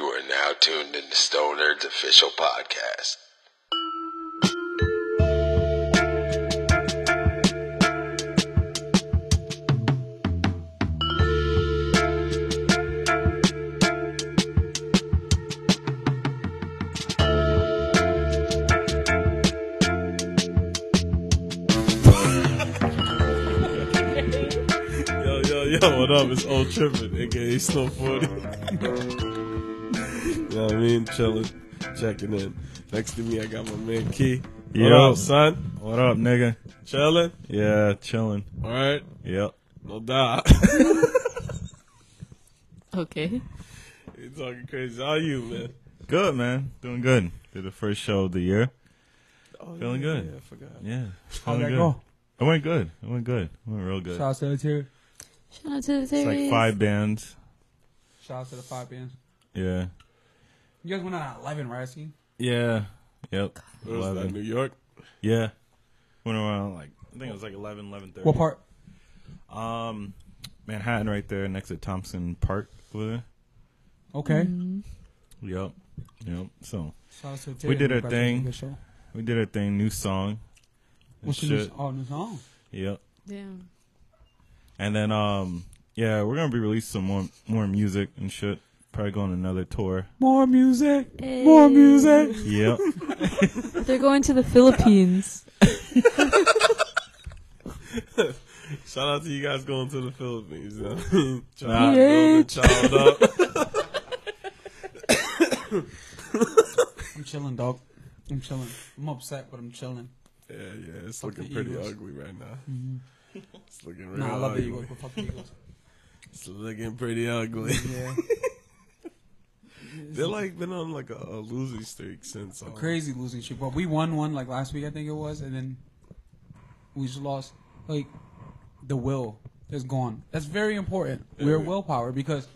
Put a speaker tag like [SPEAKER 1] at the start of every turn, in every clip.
[SPEAKER 1] are now tuned into Stone Nerds official podcast.
[SPEAKER 2] Yo, yo, yo, what up? It's Old Trippin', aka Slow 40. you know what I mean? Chillin', checking in. Next to me, I got my man Key. What
[SPEAKER 3] Yo.
[SPEAKER 2] up, son?
[SPEAKER 3] What up, nigga?
[SPEAKER 2] Chillin'?
[SPEAKER 3] Yeah, chilling.
[SPEAKER 2] Alright,
[SPEAKER 3] Yep.
[SPEAKER 2] no doubt.
[SPEAKER 4] Okay.
[SPEAKER 2] you talking crazy. How you, man?
[SPEAKER 3] Good, man. Doing good. Did the first show of the year.
[SPEAKER 2] Oh,
[SPEAKER 3] Feeling
[SPEAKER 2] yeah,
[SPEAKER 3] good.
[SPEAKER 2] Yeah, I forgot.
[SPEAKER 3] Yeah.
[SPEAKER 5] How'd
[SPEAKER 3] feeling
[SPEAKER 5] that
[SPEAKER 3] good.
[SPEAKER 5] go?
[SPEAKER 3] It went good. It went good. It went real good.
[SPEAKER 5] Shout out to the tier.
[SPEAKER 4] Shout out to the
[SPEAKER 3] It's like
[SPEAKER 4] series.
[SPEAKER 3] five bands.
[SPEAKER 5] Shout out to the five bands.
[SPEAKER 3] Yeah.
[SPEAKER 5] You guys went on 11, right? Ski?
[SPEAKER 3] Yeah. Yep.
[SPEAKER 2] Where was that, New
[SPEAKER 3] 11.
[SPEAKER 2] York?
[SPEAKER 3] Yeah. Went around like, I think it was like 11, 11.30.
[SPEAKER 5] What part?
[SPEAKER 3] Um, Manhattan right there next to Thompson Park over there.
[SPEAKER 5] Okay.
[SPEAKER 3] Yep. Yep. So,
[SPEAKER 5] Shout out to the tier.
[SPEAKER 3] We did our
[SPEAKER 5] Everybody
[SPEAKER 3] thing.
[SPEAKER 5] good show.
[SPEAKER 3] we did our thing. New song. and
[SPEAKER 5] What's your new, oh, new song?
[SPEAKER 3] Yep.
[SPEAKER 4] Damn.
[SPEAKER 3] And then um yeah, we're gonna be releasing some more more music and shit. Probably going on another tour.
[SPEAKER 5] More music.
[SPEAKER 4] Hey.
[SPEAKER 5] More music.
[SPEAKER 3] Yep.
[SPEAKER 4] They're going to the Philippines.
[SPEAKER 2] Shout out to you guys going to the Philippines. You know? what I mean?
[SPEAKER 3] Nah.
[SPEAKER 2] Trying to build a child up.
[SPEAKER 5] I'm chilling, dog. I'm chilling. I'm upset, but I'm chilling.
[SPEAKER 2] yeah, yeah, it's
[SPEAKER 5] Fuck the
[SPEAKER 2] looking pretty
[SPEAKER 5] Eagles. Mm-hmm.
[SPEAKER 2] ugly right now. It's looking real
[SPEAKER 5] Nah, I love the
[SPEAKER 2] ugly.
[SPEAKER 5] Eagles, but fuck the Eagles.
[SPEAKER 2] It's looking pretty ugly.
[SPEAKER 5] Yeah.
[SPEAKER 2] They're like been on like a, a losing streak since um,
[SPEAKER 5] Crazy losing shit. But we won one like last week, I think it was, and then we just lost. Like, the will is gone. That's very important. We're
[SPEAKER 2] Yeah.
[SPEAKER 5] willpower because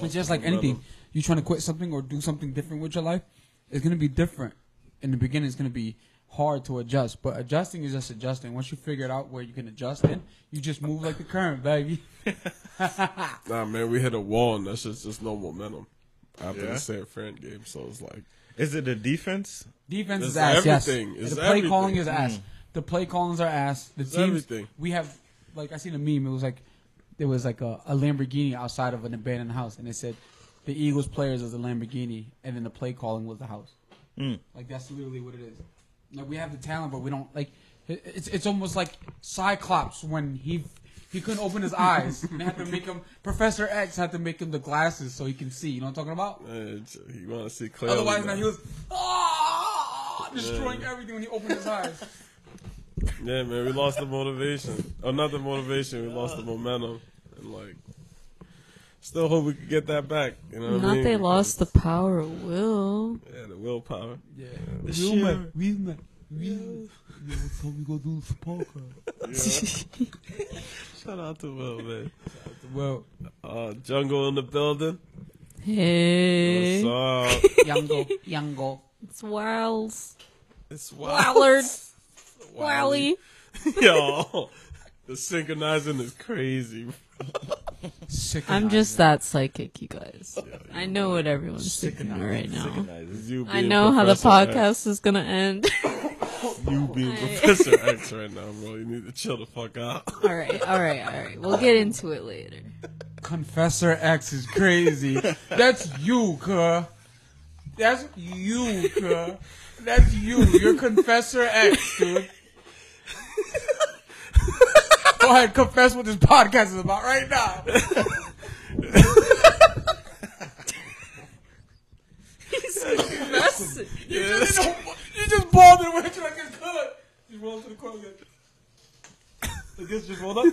[SPEAKER 5] it's just like
[SPEAKER 2] Level.
[SPEAKER 5] anything. You trying to quit something or do something different with your life, it's gonna be different. In the beginning, it's gonna be hard to adjust, but adjusting is just adjusting. Once you figure it out where you can adjust in, you just move like the current, baby.
[SPEAKER 2] Nah, man, we hit a wall, and that's just, just no momentum after
[SPEAKER 3] Yeah?
[SPEAKER 2] the San Fran game. So it's like,
[SPEAKER 3] Is it a defense?
[SPEAKER 5] Defense
[SPEAKER 2] It's
[SPEAKER 5] is ass.
[SPEAKER 2] everything.
[SPEAKER 5] Yes.
[SPEAKER 2] It's
[SPEAKER 5] the play calling is
[SPEAKER 2] everything.
[SPEAKER 5] ass. The play callings are ass. The teams.
[SPEAKER 2] everything.
[SPEAKER 5] We have like I seen a meme. It was like there was like a, a Lamborghini outside of an abandoned house, and it said the Eagles players is the Lamborghini, and then the play calling was the house. Like that's literally what it is. Like we have the talent, but we don't like. it- It's it's almost like Cyclops when he. He couldn't open his eyes. And they had to make him Professor X had to make him the glasses so he can see. You know what I'm talking about?
[SPEAKER 2] man, it's- you want to see clearly.
[SPEAKER 5] Otherwise, now
[SPEAKER 2] man.
[SPEAKER 5] he was ah, destroying everything when he opened his eyes.
[SPEAKER 2] Yeah, man, we lost the motivation. Oh, not the motivation. We lost the momentum, and like, still hope we could get that back. You know, what I
[SPEAKER 4] Not
[SPEAKER 2] mean?
[SPEAKER 4] they lost the power of will.
[SPEAKER 2] Yeah, the willpower.
[SPEAKER 5] Yeah.
[SPEAKER 2] The
[SPEAKER 5] Real
[SPEAKER 2] sheer-
[SPEAKER 5] man, real man, real. Yeah, what time we gonna do this podcast?
[SPEAKER 2] Shout out to Will, man.
[SPEAKER 5] Well,
[SPEAKER 2] Uh, jungle in the building.
[SPEAKER 4] Hey.
[SPEAKER 2] What's up?
[SPEAKER 5] Yango, Yango.
[SPEAKER 4] It's Wiles.
[SPEAKER 2] It's
[SPEAKER 4] Wallard.
[SPEAKER 2] Wally.
[SPEAKER 4] Wally.
[SPEAKER 2] Yo, the synchronizing is crazy.
[SPEAKER 5] Sick.
[SPEAKER 4] I'm just that psychic, you guys. I know what everyone's
[SPEAKER 5] Sick
[SPEAKER 4] thinking
[SPEAKER 5] and
[SPEAKER 4] out right now.
[SPEAKER 2] You
[SPEAKER 4] I
[SPEAKER 2] being
[SPEAKER 4] know how the
[SPEAKER 2] Professor X.
[SPEAKER 4] podcast is going to end.
[SPEAKER 2] You being Professor X right now, bro. You need to chill the fuck out.
[SPEAKER 4] all right, all right, all right. We'll get into it later.
[SPEAKER 5] Confessor X is crazy. That's you, cuh. That's you, cuh. That's you. You're Confessor X, dude. Go ahead, confess what this podcast is about right now.
[SPEAKER 4] That's
[SPEAKER 5] You just, you know, you just balled it away like it's good. You rolled to the corner. Like this just rolled up.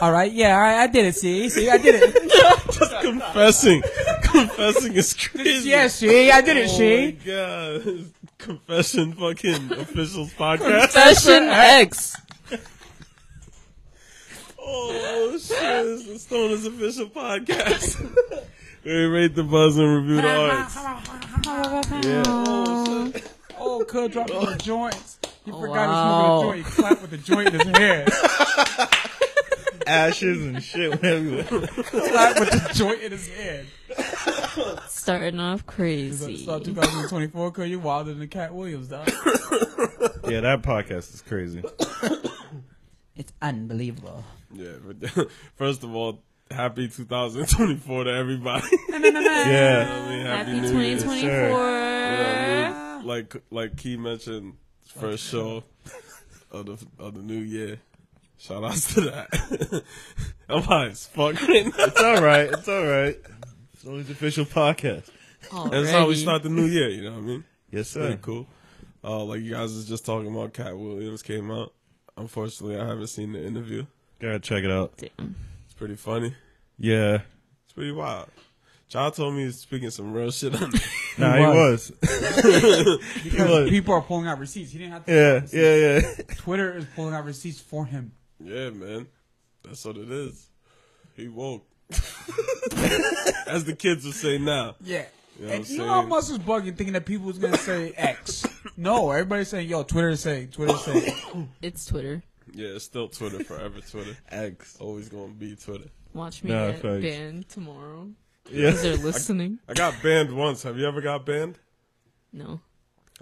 [SPEAKER 5] All right, yeah, all right, I did it. See, see, I did it.
[SPEAKER 2] Confessing, confessing is crazy.
[SPEAKER 5] yeah, see, I did it.
[SPEAKER 2] Oh my
[SPEAKER 5] She.
[SPEAKER 2] god, confession, fucking officials podcast.
[SPEAKER 4] Session X.
[SPEAKER 2] Oh shit, it's the Stoners official podcast. we rate the buzz and review the arts.
[SPEAKER 5] Oh, shit. oh, could drop the joints. He forgot
[SPEAKER 4] wow.
[SPEAKER 5] he was smoking a joint. He clapped with the joint in his hand.
[SPEAKER 3] Ashes and shit went everywhere.
[SPEAKER 5] clapped with the joint in his hand.
[SPEAKER 4] starting off crazy.
[SPEAKER 5] Start 2024, cause you're wilder than Cat Williams, dog.
[SPEAKER 3] Yeah, that podcast is crazy.
[SPEAKER 5] it's unbelievable.
[SPEAKER 2] Yeah, but first of all, happy 2024 to everybody.
[SPEAKER 3] Yeah.
[SPEAKER 2] I mean,
[SPEAKER 4] Happy
[SPEAKER 2] New Year.
[SPEAKER 4] 2024.
[SPEAKER 2] Yeah, I mean, like like Key mentioned, first show of the of the new year. Shout outs to that. I'm high as fuck right now.
[SPEAKER 3] It's all right. It's all right. It's only the official podcast.
[SPEAKER 2] That's how we
[SPEAKER 4] Alrighty.
[SPEAKER 2] start the new year. You know what I mean?
[SPEAKER 3] Yes, sir.
[SPEAKER 2] Pretty cool. Uh, like you guys was just talking about, Cat Williams came out. Unfortunately, I haven't seen the interview.
[SPEAKER 3] Gotta check it out.
[SPEAKER 4] Damn.
[SPEAKER 2] It's pretty funny.
[SPEAKER 3] Yeah.
[SPEAKER 2] It's pretty wild. John told me he's speaking some real shit on there.
[SPEAKER 3] Nah, he was. he was.
[SPEAKER 5] People are pulling out receipts. He didn't have to.
[SPEAKER 3] Yeah, yeah, yeah.
[SPEAKER 5] Twitter is pulling out receipts for him.
[SPEAKER 2] Yeah, man. That's what it is. He woke. As the kids would say now.
[SPEAKER 5] Yeah.
[SPEAKER 2] You know what I'm
[SPEAKER 5] and
[SPEAKER 2] saying?
[SPEAKER 5] Elon Musk is bugging, thinking that people is gonna say X. No, everybody's saying, "Yo, Twitter is saying, Twitter is saying."
[SPEAKER 4] It's Twitter.
[SPEAKER 2] Yeah, it's still Twitter, forever Twitter.
[SPEAKER 3] X.
[SPEAKER 2] Always gonna be Twitter.
[SPEAKER 4] Watch me
[SPEAKER 3] Nah,
[SPEAKER 4] get
[SPEAKER 3] facts.
[SPEAKER 4] banned tomorrow. Because
[SPEAKER 3] Yeah.
[SPEAKER 4] they're listening.
[SPEAKER 2] I got banned once. Have you ever got banned?
[SPEAKER 4] No.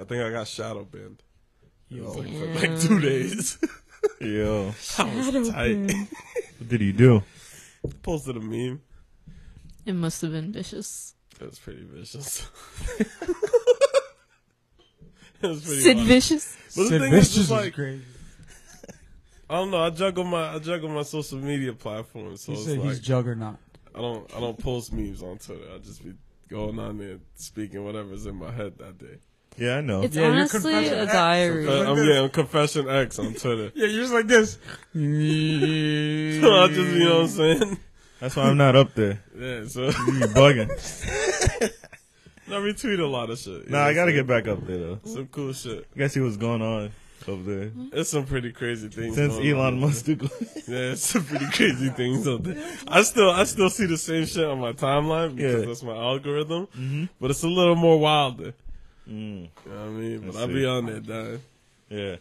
[SPEAKER 2] I think I got shadow banned.
[SPEAKER 5] Yo,
[SPEAKER 2] Like, for like two days.
[SPEAKER 3] Yo.
[SPEAKER 2] I was tight.
[SPEAKER 3] What did he do?
[SPEAKER 2] Posted a meme.
[SPEAKER 4] It must have been vicious.
[SPEAKER 2] It was pretty vicious. it was pretty
[SPEAKER 4] Sid
[SPEAKER 2] wild.
[SPEAKER 4] Vicious?
[SPEAKER 2] But the
[SPEAKER 5] Sid
[SPEAKER 2] thing is,
[SPEAKER 5] Vicious
[SPEAKER 2] just like,
[SPEAKER 5] crazy.
[SPEAKER 2] I don't know. I juggle my I juggle my social media platforms, so
[SPEAKER 5] He
[SPEAKER 2] it's
[SPEAKER 5] said
[SPEAKER 2] like
[SPEAKER 5] he's juggernaut.
[SPEAKER 2] I don't I don't post memes on Twitter. I just be going on there speaking whatever's in my head that day.
[SPEAKER 3] Yeah, I know.
[SPEAKER 4] It's
[SPEAKER 5] Yeah, your
[SPEAKER 4] honestly
[SPEAKER 5] confession
[SPEAKER 4] a
[SPEAKER 5] act-
[SPEAKER 4] diary.
[SPEAKER 2] Uh, I'm yeah, I'm confession X on Twitter.
[SPEAKER 5] Yeah, you're just like this.
[SPEAKER 2] so I just you know what I'm saying.
[SPEAKER 3] That's why I'm not up there.
[SPEAKER 2] Yeah, so
[SPEAKER 3] You bugging.
[SPEAKER 2] I retweet a lot of shit. you know
[SPEAKER 3] Nah, I gotta
[SPEAKER 2] what
[SPEAKER 3] get back up there though.
[SPEAKER 2] I'm saying? some cool shit.
[SPEAKER 3] I gotta see what's going on up there.
[SPEAKER 2] It's some pretty crazy things.
[SPEAKER 3] Since
[SPEAKER 2] going on.
[SPEAKER 3] Elon Musk took
[SPEAKER 2] Yeah, it's some pretty crazy things out there. I still I still see the same shit on my timeline because
[SPEAKER 3] Yeah. Mm-hmm.
[SPEAKER 2] that's my algorithm. But it's a little more wilder.
[SPEAKER 3] Mm.
[SPEAKER 2] You know what I mean? But I
[SPEAKER 3] I
[SPEAKER 2] will
[SPEAKER 3] see.
[SPEAKER 2] be on there dying.
[SPEAKER 3] Yeah.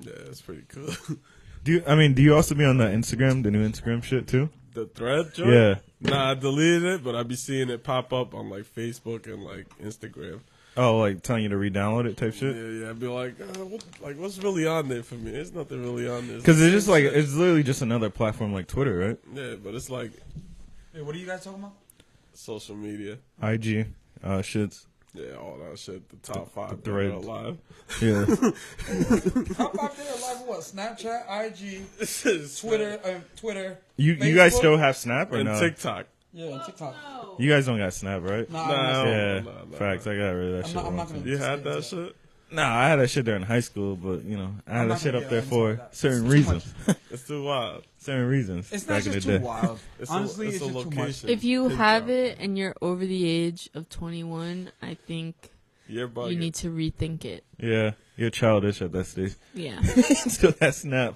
[SPEAKER 2] Yeah, it's pretty cool.
[SPEAKER 3] Do you, I mean, do you also be on the Instagram, the new Instagram shit too?
[SPEAKER 2] the thread joint?
[SPEAKER 3] Yeah.
[SPEAKER 2] Nah, I deleted it, but I be seeing it pop up on like Facebook and like Instagram.
[SPEAKER 3] Oh, like telling you to re-download it type shit.
[SPEAKER 2] Yeah, yeah. I'd be like, uh, what, like what's really on there for me? There's nothing really on there.
[SPEAKER 3] Because
[SPEAKER 2] the
[SPEAKER 3] it's just
[SPEAKER 2] same
[SPEAKER 3] like
[SPEAKER 2] shit.
[SPEAKER 3] it's literally just another platform like Twitter, right?
[SPEAKER 2] yeah, but it's like
[SPEAKER 5] Hey, what are you guys talking about?
[SPEAKER 2] social media.
[SPEAKER 3] IG, uh, shits.
[SPEAKER 2] Yeah, all that shit. The top five
[SPEAKER 3] the
[SPEAKER 2] that are
[SPEAKER 3] threads.
[SPEAKER 2] alive.
[SPEAKER 3] Yeah,
[SPEAKER 5] How about there live what? Snapchat, IG,
[SPEAKER 2] Twitter
[SPEAKER 5] Twitter, um, Twitter.
[SPEAKER 3] you you guys
[SPEAKER 5] Facebook?
[SPEAKER 3] still have Snap or
[SPEAKER 2] and
[SPEAKER 3] no?
[SPEAKER 2] TikTok.
[SPEAKER 5] Yeah, and TikTok.
[SPEAKER 3] You guys don't got Snap, right?
[SPEAKER 5] Nah,
[SPEAKER 2] Nah,
[SPEAKER 5] I'm not-
[SPEAKER 3] yeah,
[SPEAKER 2] no, no,
[SPEAKER 3] facts. I got rid of that shit.
[SPEAKER 5] not-
[SPEAKER 3] a long
[SPEAKER 5] I'm not
[SPEAKER 3] time.
[SPEAKER 5] gonna-
[SPEAKER 2] You had that shit.
[SPEAKER 3] Nah, I had that shit during high school, but you know, I
[SPEAKER 5] I'm
[SPEAKER 3] had that
[SPEAKER 5] not
[SPEAKER 3] shit up
[SPEAKER 5] gonna get
[SPEAKER 3] there
[SPEAKER 5] into
[SPEAKER 3] for
[SPEAKER 5] that.
[SPEAKER 3] certain
[SPEAKER 5] It's too
[SPEAKER 3] reasons.
[SPEAKER 2] It's too wild.
[SPEAKER 3] certain reasons.
[SPEAKER 5] it's not
[SPEAKER 3] back in
[SPEAKER 5] just
[SPEAKER 3] the
[SPEAKER 5] too
[SPEAKER 3] day.
[SPEAKER 5] wild.
[SPEAKER 2] It's
[SPEAKER 5] Honestly,
[SPEAKER 2] a,
[SPEAKER 5] it's,
[SPEAKER 2] it's, a
[SPEAKER 5] just too much.
[SPEAKER 2] location.
[SPEAKER 4] If you
[SPEAKER 2] Think
[SPEAKER 4] have
[SPEAKER 2] about
[SPEAKER 4] it and you're over the age of 21, I think
[SPEAKER 2] you're bugging.
[SPEAKER 4] you need to rethink it.
[SPEAKER 3] Yeah, you're childish at that stage.
[SPEAKER 4] Yeah.
[SPEAKER 3] Still that Snap.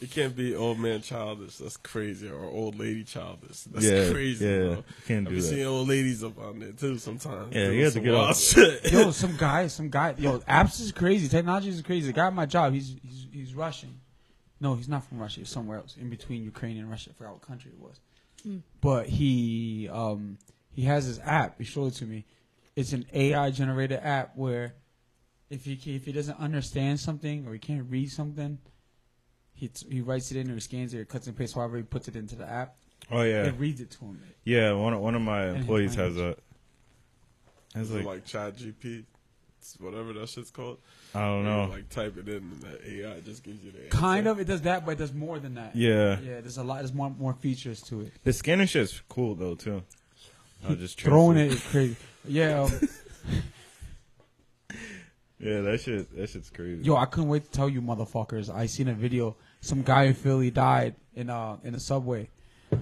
[SPEAKER 2] You can't be old man childish. That's crazy. Or old lady childish. That's
[SPEAKER 3] Yeah,
[SPEAKER 2] crazy.
[SPEAKER 3] yeah.
[SPEAKER 2] bro.
[SPEAKER 3] Can't
[SPEAKER 2] I
[SPEAKER 3] do
[SPEAKER 2] be
[SPEAKER 3] that.
[SPEAKER 2] seeing old ladies up on there too sometimes.
[SPEAKER 3] Yeah, you
[SPEAKER 2] Doing
[SPEAKER 3] have to
[SPEAKER 2] some
[SPEAKER 3] get
[SPEAKER 2] wild
[SPEAKER 3] off.
[SPEAKER 2] shit.
[SPEAKER 5] Yo, some guy, some guy. Yo, apps is crazy. Technology is crazy. The guy at my job, he's he's he's Russian. No, he's not from Russia. He's somewhere else in between Ukraine and Russia. I forgot what country it was. But he um he has this app. He showed it to me. It's an AI generated app where if he ca- if he doesn't understand something or he can't read something, he t- he writes it in or scans it or cuts and pastes however he puts it into the app.
[SPEAKER 3] Oh yeah,
[SPEAKER 5] It reads it to him.
[SPEAKER 3] yeah. One of, one of my employees has that.
[SPEAKER 2] It's
[SPEAKER 3] It's like,
[SPEAKER 2] like, Chat GP, it's whatever that shit's called.
[SPEAKER 3] I don't
[SPEAKER 2] You
[SPEAKER 3] know.
[SPEAKER 2] like type it in, and that AI just gives you the answer.
[SPEAKER 5] Kind of, it does that, but it does more than that.
[SPEAKER 3] Yeah.
[SPEAKER 5] Yeah, there's a lot. There's more more features to it.
[SPEAKER 3] The scanner shit's cool though too. I was just
[SPEAKER 5] Throwing it
[SPEAKER 3] truthful.
[SPEAKER 5] is crazy. Yeah, um,
[SPEAKER 3] Yeah, that shit. That shit's crazy.
[SPEAKER 5] yo, I couldn't wait to tell you, motherfuckers. I seen a video. Some guy in Philly died in uh in a subway,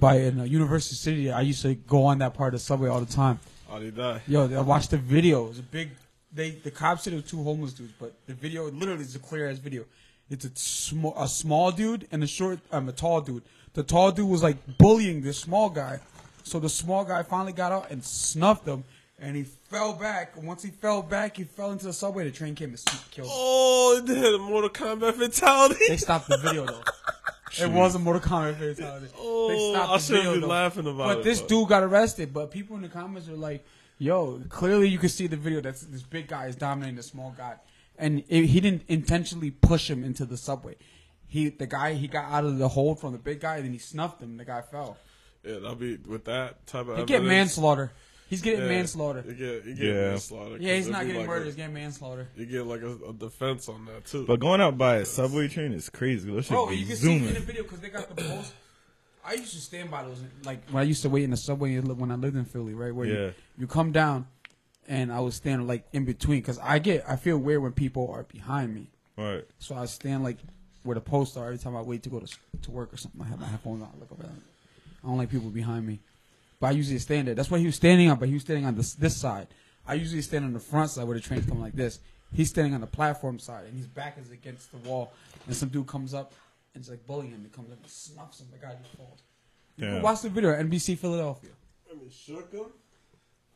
[SPEAKER 5] by in uh, University City. I used to go on that part of the subway all the time.
[SPEAKER 2] How did die?
[SPEAKER 5] Yo, I watched the video. It was a big. They the cops said it was two homeless dudes, but the video literally is a clear ass video. It's a small a small dude and a short um a tall dude. The tall dude was like bullying this small guy, so the small guy finally got out and snuffed him, and he fell back. And once he fell back, he fell into the subway. The train came and sn- killed him.
[SPEAKER 2] Oh, it had a Mortal Kombat fatality.
[SPEAKER 5] They stopped the video though. It was a Mortal Kombat fatality.
[SPEAKER 2] Oh,
[SPEAKER 5] they stopped
[SPEAKER 2] I
[SPEAKER 5] the
[SPEAKER 2] shouldn't
[SPEAKER 5] video,
[SPEAKER 2] be
[SPEAKER 5] though.
[SPEAKER 2] laughing about
[SPEAKER 5] But
[SPEAKER 2] it,
[SPEAKER 5] this
[SPEAKER 2] but-
[SPEAKER 5] dude got arrested. But people in the comments were like, Yo, clearly you can see the video. That's this big guy is dominating the small guy, and it, he didn't intentionally push him into the subway. He, the guy, he got out of the hold from the big guy, and then he snuffed him. and The guy fell.
[SPEAKER 2] Yeah, that'll be with that type of.
[SPEAKER 5] He get
[SPEAKER 2] evidence,
[SPEAKER 5] manslaughter. He's getting
[SPEAKER 2] yeah, You
[SPEAKER 5] manslaughter.
[SPEAKER 2] get, you get
[SPEAKER 3] Yeah.
[SPEAKER 2] manslaughter.
[SPEAKER 5] Yeah,
[SPEAKER 2] 'cause
[SPEAKER 5] he's
[SPEAKER 2] it'd
[SPEAKER 5] not
[SPEAKER 2] be
[SPEAKER 5] getting
[SPEAKER 2] like
[SPEAKER 5] murder.
[SPEAKER 2] a-
[SPEAKER 5] He's getting manslaughter.
[SPEAKER 2] You get like a, a defense on that too.
[SPEAKER 3] But going out by a subway train is crazy. Those shit
[SPEAKER 5] Bro,
[SPEAKER 3] be
[SPEAKER 5] you can see
[SPEAKER 3] zooming.
[SPEAKER 5] in the video because they got the post. I used to stand by those, like when I used to wait in the subway when I lived in Philly, right? Where
[SPEAKER 3] Yeah.
[SPEAKER 5] you, you come down, and I would stand like in between because I get I feel weird when people are behind me,
[SPEAKER 3] Right.
[SPEAKER 5] so I stand like where the posts are every time I wait to go to to work or something. I have my headphones on, I look around. I don't like people behind me, but I usually stand there. That's why he was standing on, but he was standing on this this side. I usually stand on the front side where the train's coming like this. He's standing on the platform side, and his back is against the wall. And some dude comes up and is like bullying him. He comes up and snuffs him. The guy just falls. You
[SPEAKER 3] Yeah.
[SPEAKER 5] can watch the video. NBC Philadelphia
[SPEAKER 2] I mean, shook him.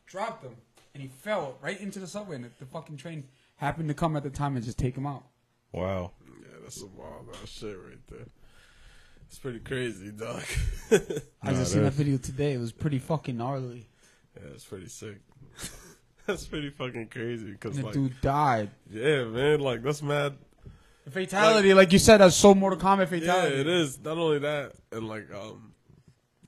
[SPEAKER 5] dropped him, and he fell right into the subway. And the, the fucking train happened to come at the time and just take him out.
[SPEAKER 3] Wow.
[SPEAKER 2] Yeah, that's some wild ass shit right there. It's pretty crazy, dog.
[SPEAKER 5] I
[SPEAKER 3] Nah,
[SPEAKER 5] just seen
[SPEAKER 3] that-
[SPEAKER 5] that video today. It was pretty fucking gnarly.
[SPEAKER 2] Yeah, it's pretty sick. that's pretty fucking crazy because
[SPEAKER 5] The
[SPEAKER 2] like,
[SPEAKER 5] dude died.
[SPEAKER 2] yeah, man, like that's mad.
[SPEAKER 5] The fatality, like, you said, that's so Mortal Kombat
[SPEAKER 2] Yeah,
[SPEAKER 5] fatality.
[SPEAKER 2] it is. Not only that, and like um,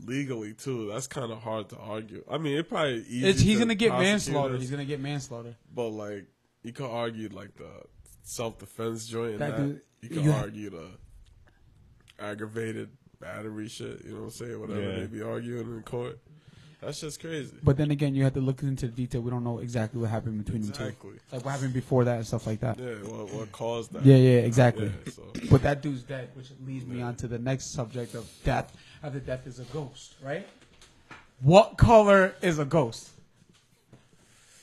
[SPEAKER 2] legally too. That's kind of hard to argue. I mean, it probably easy.
[SPEAKER 5] It's, he's
[SPEAKER 2] to
[SPEAKER 5] gonna get
[SPEAKER 2] prosecutors,
[SPEAKER 5] manslaughter. He's gonna get manslaughter.
[SPEAKER 2] but like you could argue like the self defense joint. And
[SPEAKER 5] That
[SPEAKER 2] that
[SPEAKER 5] dude-
[SPEAKER 2] you could
[SPEAKER 5] you-
[SPEAKER 2] argue the aggravated battery shit. You know what I'm saying? Whatever
[SPEAKER 3] Yeah.
[SPEAKER 2] they be arguing in court. That's just crazy.
[SPEAKER 5] But then again, you have to look into the detail. We don't know exactly what happened between them
[SPEAKER 2] Exactly.
[SPEAKER 5] two. Like what happened before that and stuff like that. Yeah,
[SPEAKER 2] Yeah, what, what caused that?
[SPEAKER 5] yeah, exactly.
[SPEAKER 2] Yeah, so
[SPEAKER 5] But that dude's dead, which leads me on to the next subject of death. After death is a ghost, right? What color is a ghost?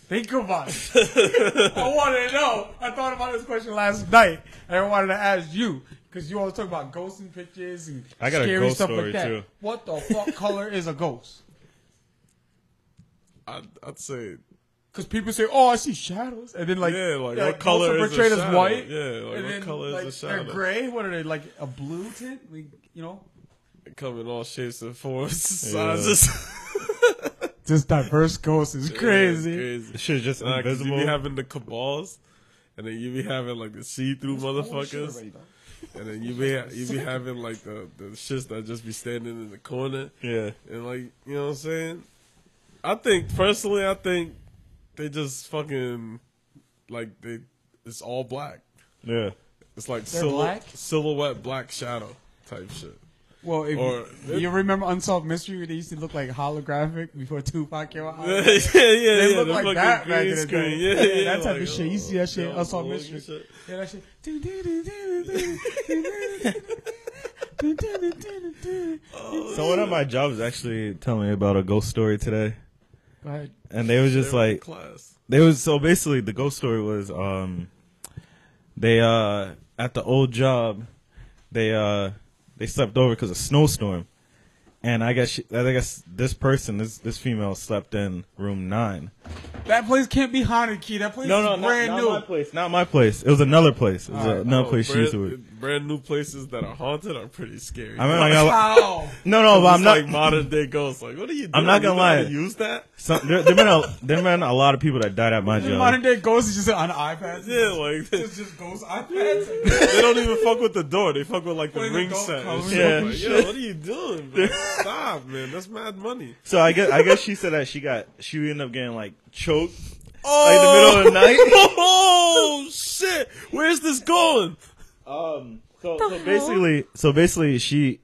[SPEAKER 5] Think about it. I wanted to know. I thought about this question last night, and I wanted to ask you because you always talk about ghosts and pictures and
[SPEAKER 3] I got a
[SPEAKER 5] scary
[SPEAKER 3] ghost
[SPEAKER 5] stuff
[SPEAKER 3] story,
[SPEAKER 5] like that.
[SPEAKER 3] too.
[SPEAKER 5] What the fuck color is a ghost?
[SPEAKER 2] I'd, I'd say
[SPEAKER 5] Because people say, "Oh, I see shadows," and then like,
[SPEAKER 2] Yeah, like,
[SPEAKER 5] yeah,
[SPEAKER 2] what
[SPEAKER 5] ghosts
[SPEAKER 2] color
[SPEAKER 5] are
[SPEAKER 2] is a
[SPEAKER 5] portrayed as
[SPEAKER 2] shadow?
[SPEAKER 5] white?
[SPEAKER 2] Yeah, like,
[SPEAKER 5] and
[SPEAKER 2] what
[SPEAKER 5] then,
[SPEAKER 2] color is
[SPEAKER 5] like,
[SPEAKER 2] a shadow?
[SPEAKER 5] They're gray. What are they like? A blue tint? Like, you know,
[SPEAKER 2] it come in all shapes and forms, sizes.
[SPEAKER 5] Just diverse ghosts is crazy.
[SPEAKER 2] crazy.
[SPEAKER 3] This shit is just
[SPEAKER 2] Nah, 'cause
[SPEAKER 3] invisible.
[SPEAKER 2] You be having the cabals, and then you be having like the see-through motherfuckers, and then you be you be having like the the shits that just be standing in the corner,
[SPEAKER 3] yeah.
[SPEAKER 2] and like you know what I'm saying. I think personally, I think they just fucking like they it's all black.
[SPEAKER 3] Yeah.
[SPEAKER 2] It's like
[SPEAKER 5] They're
[SPEAKER 2] silhou-
[SPEAKER 5] black?
[SPEAKER 2] silhouette black shadow type shit.
[SPEAKER 5] Well, if
[SPEAKER 2] Or-
[SPEAKER 5] you remember Unsolved Mystery, where they used to look like holographic before Tupac came out.
[SPEAKER 2] yeah, yeah, yeah.
[SPEAKER 5] They
[SPEAKER 2] the
[SPEAKER 5] look like
[SPEAKER 2] fucking
[SPEAKER 5] that back
[SPEAKER 2] green
[SPEAKER 5] in the day.
[SPEAKER 2] screen. Yeah, yeah,
[SPEAKER 5] that type
[SPEAKER 2] like,
[SPEAKER 5] of shit. You see that shit?
[SPEAKER 2] oh,
[SPEAKER 5] Us on
[SPEAKER 2] oh, look
[SPEAKER 5] mystery.
[SPEAKER 2] at shit.
[SPEAKER 5] Yeah, that shit. Go
[SPEAKER 3] So one of my jobs actually telling me about a ghost story today,
[SPEAKER 5] ahead.
[SPEAKER 3] and they was just
[SPEAKER 2] Every
[SPEAKER 3] like
[SPEAKER 2] class.
[SPEAKER 3] they was so basically the ghost story was um they uh at the old job they uh they slept over because of snowstorm, and I guess she, I guess this person this this female slept in room nine.
[SPEAKER 5] That place can't be haunted, Key. That place
[SPEAKER 3] No, no,
[SPEAKER 5] is
[SPEAKER 3] not,
[SPEAKER 5] brand
[SPEAKER 3] not
[SPEAKER 5] new.
[SPEAKER 3] my place. Not my place. It was another place. It was
[SPEAKER 5] Alright.
[SPEAKER 3] another
[SPEAKER 2] Oh,
[SPEAKER 3] place she used to work.
[SPEAKER 2] brand, brand new places that are haunted are pretty scary.
[SPEAKER 3] I remember I got,
[SPEAKER 5] Wow.
[SPEAKER 3] no, no, but
[SPEAKER 2] It's
[SPEAKER 3] I'm not.
[SPEAKER 2] like modern day ghosts. Like, what are you doing?
[SPEAKER 3] I'm not
[SPEAKER 2] You
[SPEAKER 3] gonna
[SPEAKER 2] know how to
[SPEAKER 3] lie.
[SPEAKER 2] Use that?
[SPEAKER 3] some, there, there been a there been a lot of people that died at my
[SPEAKER 5] The
[SPEAKER 3] job.
[SPEAKER 5] modern day ghost is just on iPads.
[SPEAKER 2] Yeah, like they
[SPEAKER 5] It's just ghost iPads.
[SPEAKER 2] don't even fuck with the door. They fuck with like the
[SPEAKER 5] With the
[SPEAKER 2] ring
[SPEAKER 5] door
[SPEAKER 2] set. and
[SPEAKER 5] covers
[SPEAKER 2] shit.
[SPEAKER 3] Yeah.
[SPEAKER 2] Like, yo, what are you doing? bro? Stop, man. That's mad money.
[SPEAKER 3] So I guess I guess she said that she got she ended up getting like choked like in the middle of the night.
[SPEAKER 2] oh shit! Where's this going?
[SPEAKER 3] Um, so, so basically, so basically, she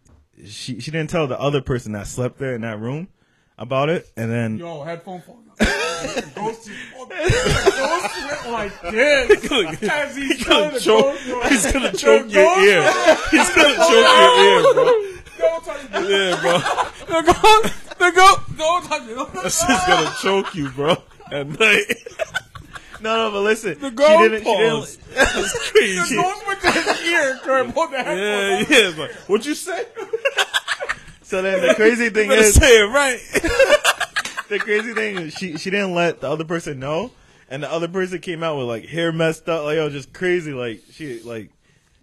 [SPEAKER 3] she she didn't tell the other person that slept there in that room about it, and then
[SPEAKER 5] Yo, headphone phone. ghost is ghost went like this. As he's trying to
[SPEAKER 2] choke-
[SPEAKER 5] choke,
[SPEAKER 2] He's gonna choke your
[SPEAKER 5] ghost-
[SPEAKER 2] ear. He's gonna choke your ear, bro.
[SPEAKER 5] Don't touch the
[SPEAKER 2] Yeah, bro.
[SPEAKER 5] ghost. The ghost. Don't touch it. Don't touch it.
[SPEAKER 2] She's gonna choke you, bro. At night.
[SPEAKER 3] no, no, but listen, the
[SPEAKER 5] girl
[SPEAKER 3] she didn't, she
[SPEAKER 2] Pause.
[SPEAKER 3] didn't
[SPEAKER 2] That's
[SPEAKER 5] The
[SPEAKER 2] crazy.
[SPEAKER 5] ghost went to his ear. Kurt, pull the headphone.
[SPEAKER 2] Yeah, yeah. it's Like, What'd you say?
[SPEAKER 3] So then the crazy thing
[SPEAKER 2] Better
[SPEAKER 3] is,
[SPEAKER 2] say it right.
[SPEAKER 3] the crazy thing is she she didn't let the other person know, and the other person came out with like hair messed up, like yo, just crazy, like she like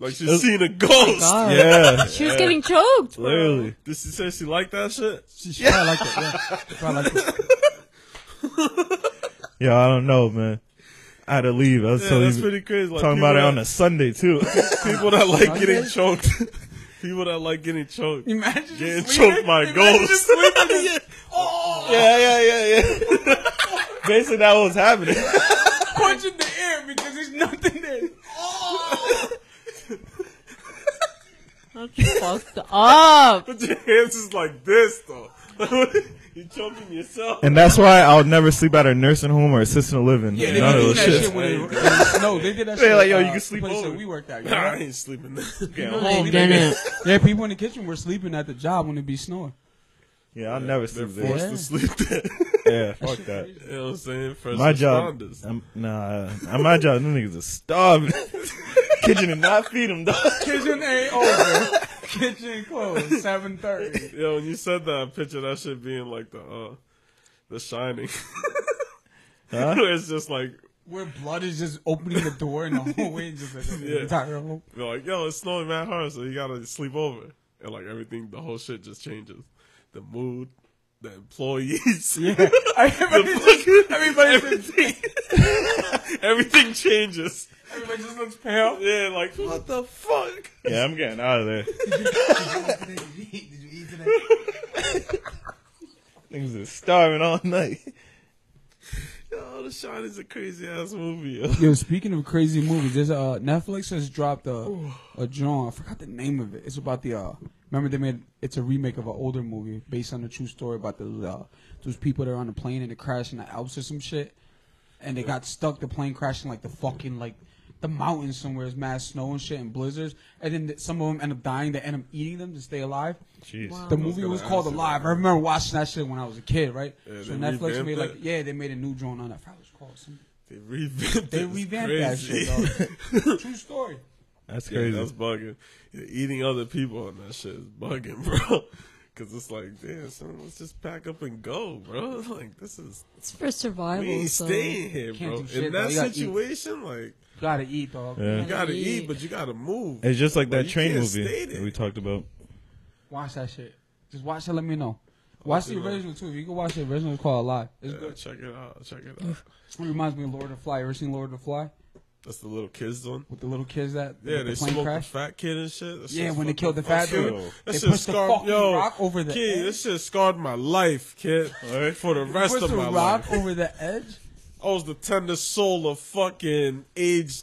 [SPEAKER 2] Like she's seen a ghost.
[SPEAKER 4] God.
[SPEAKER 3] yeah,
[SPEAKER 4] She was getting choked. bro.
[SPEAKER 3] literally.
[SPEAKER 2] Did she say she liked that shit?
[SPEAKER 5] She, she probably liked it. Yeah. She probably liked it.
[SPEAKER 3] Yeah, I don't know, man. I had to leave. I was
[SPEAKER 2] Yeah,
[SPEAKER 3] so
[SPEAKER 2] that's
[SPEAKER 3] even-
[SPEAKER 2] pretty crazy. Like,
[SPEAKER 3] talking
[SPEAKER 2] people
[SPEAKER 3] about it
[SPEAKER 2] that-
[SPEAKER 3] on a Sunday too.
[SPEAKER 2] People that like
[SPEAKER 5] Sunday?
[SPEAKER 2] getting choked. People that like getting choked.
[SPEAKER 5] Imagine just
[SPEAKER 2] Getting
[SPEAKER 5] sleeping-
[SPEAKER 2] choked by
[SPEAKER 5] imagine
[SPEAKER 2] ghosts.
[SPEAKER 5] just sleeping.
[SPEAKER 2] Oh.
[SPEAKER 3] yeah, yeah, yeah, yeah. Basically, that was happening.
[SPEAKER 5] punching the air because there's nothing there.
[SPEAKER 4] Don't you fucked up.
[SPEAKER 2] But your hands is like this though. You're choking yourself.
[SPEAKER 3] And that's why I'll never sleep at a nursing home or assisted living.
[SPEAKER 5] Yeah, they
[SPEAKER 3] None of
[SPEAKER 5] do
[SPEAKER 3] those
[SPEAKER 5] that
[SPEAKER 3] shits.
[SPEAKER 5] shit when it, no, they did that
[SPEAKER 3] They're
[SPEAKER 5] shit.
[SPEAKER 3] like, yo, you
[SPEAKER 5] uh,
[SPEAKER 3] can sleep
[SPEAKER 5] the place that
[SPEAKER 2] over.
[SPEAKER 5] We worked out.
[SPEAKER 2] Nah, I ain't sleeping.
[SPEAKER 3] Yeah,
[SPEAKER 4] Oh, damn.
[SPEAKER 5] yeah, people in the kitchen were sleeping at the job when it be snowing.
[SPEAKER 3] yeah, I'll never
[SPEAKER 2] They're
[SPEAKER 3] sleep there.
[SPEAKER 2] forced to sleep there.
[SPEAKER 3] Yeah, fuck that.
[SPEAKER 2] you know what I'm saying? First
[SPEAKER 3] My job,
[SPEAKER 2] responders.
[SPEAKER 3] I'm, nah, at my job, them niggas are starving. Kitchen did not feed them, dog.
[SPEAKER 5] Kitchen ain't over. kitchen closed. Seven thirty.
[SPEAKER 2] Yo, when you said that, I picture that shit being like the uh, the Shining,
[SPEAKER 3] Huh?
[SPEAKER 2] where it's just like,
[SPEAKER 5] Where blood is just opening the door and the whole way just like
[SPEAKER 2] Yeah.
[SPEAKER 5] entire home.
[SPEAKER 2] be like, yo, it's snowing mad hard, so you gotta sleep over, and like everything, the whole shit just changes, the mood, the employees,
[SPEAKER 5] Yeah, everybody, just, everybody, just,
[SPEAKER 2] everything, everything changes.
[SPEAKER 5] everybody just looks pale.
[SPEAKER 2] Yeah, like what the fuck?
[SPEAKER 3] Yeah, I'm getting out of there.
[SPEAKER 5] Did you eat? Did you eat today?
[SPEAKER 3] Niggas are starving all night.
[SPEAKER 2] Yo, The Shining's a crazy ass movie. Yo.
[SPEAKER 5] Yo, speaking of crazy movies, there's uh Netflix has dropped a a drawing. I forgot the name of it. It's about the uh remember they made it's a remake of an older movie based on a true story about those uh those people that are on a plane and they crash in the Alps or some shit, and they got stuck. The plane crashed in like the fucking like the mountains somewhere. It's mad snow and shit and blizzards, and then th- some of them end up dying. They end up eating them to stay alive.
[SPEAKER 3] Jeez.
[SPEAKER 5] The movie was called Alive. I remember watching that shit when I was a kid, right?
[SPEAKER 2] Yeah,
[SPEAKER 5] so
[SPEAKER 2] they
[SPEAKER 5] Netflix
[SPEAKER 2] revamped
[SPEAKER 5] made like
[SPEAKER 2] it.
[SPEAKER 5] yeah, they made a new drawing on that. I forgot what it's called something.
[SPEAKER 2] They revamped.
[SPEAKER 5] They
[SPEAKER 2] it. It's
[SPEAKER 5] revamped that
[SPEAKER 2] crazy.
[SPEAKER 5] shit, dog. True story.
[SPEAKER 3] That's
[SPEAKER 2] Yeah,
[SPEAKER 3] crazy.
[SPEAKER 2] that's bugging. Yeah, eating other people on that shit is bugging, bro. Cause it's like, damn, son, let's just pack up and go, bro. Like this is
[SPEAKER 4] It's for survival.
[SPEAKER 2] we ain't
[SPEAKER 4] so.
[SPEAKER 2] staying here,
[SPEAKER 5] Can't
[SPEAKER 2] bro.
[SPEAKER 5] do shit,
[SPEAKER 2] In
[SPEAKER 5] though.
[SPEAKER 2] that
[SPEAKER 5] You gotta eat.
[SPEAKER 2] situation, like
[SPEAKER 5] Gotta eat, dog.
[SPEAKER 3] Yeah.
[SPEAKER 2] you gotta
[SPEAKER 4] eat.
[SPEAKER 2] eat, but you gotta move.
[SPEAKER 3] It's just like
[SPEAKER 2] Bro,
[SPEAKER 3] that
[SPEAKER 2] you
[SPEAKER 3] train
[SPEAKER 2] can't
[SPEAKER 3] movie
[SPEAKER 2] stay
[SPEAKER 3] that
[SPEAKER 2] there.
[SPEAKER 3] we talked about.
[SPEAKER 5] Watch that shit. Just watch it. Let me know. Watch the
[SPEAKER 2] it, man.
[SPEAKER 5] original too. If you can watch the original, it's called Alive. It's
[SPEAKER 2] Yeah,
[SPEAKER 5] good.
[SPEAKER 2] check it out. Check it out.
[SPEAKER 5] It reminds me of Lord of the Fly. You ever seen Lord of the Fly
[SPEAKER 2] That's the little kids one.
[SPEAKER 5] with the little kids that
[SPEAKER 2] Yeah,
[SPEAKER 5] with
[SPEAKER 2] they
[SPEAKER 5] the plane
[SPEAKER 2] smoked
[SPEAKER 5] crash?
[SPEAKER 2] the fat kid and shit. That
[SPEAKER 5] Yeah,
[SPEAKER 2] shit's
[SPEAKER 5] when they
[SPEAKER 2] fucking
[SPEAKER 5] killed the fat
[SPEAKER 2] awesome.
[SPEAKER 5] dude,
[SPEAKER 3] Yo.
[SPEAKER 2] That
[SPEAKER 5] they
[SPEAKER 2] shit
[SPEAKER 5] pushed the
[SPEAKER 2] scarred
[SPEAKER 5] fucking
[SPEAKER 2] yo,
[SPEAKER 5] rock over the
[SPEAKER 2] kid,
[SPEAKER 5] edge.
[SPEAKER 2] This shit scarred my life, kid. For the rest
[SPEAKER 5] Pushed
[SPEAKER 2] of
[SPEAKER 5] the
[SPEAKER 2] my
[SPEAKER 5] rock
[SPEAKER 2] life.
[SPEAKER 5] over the edge.
[SPEAKER 2] I was the tender soul of fucking age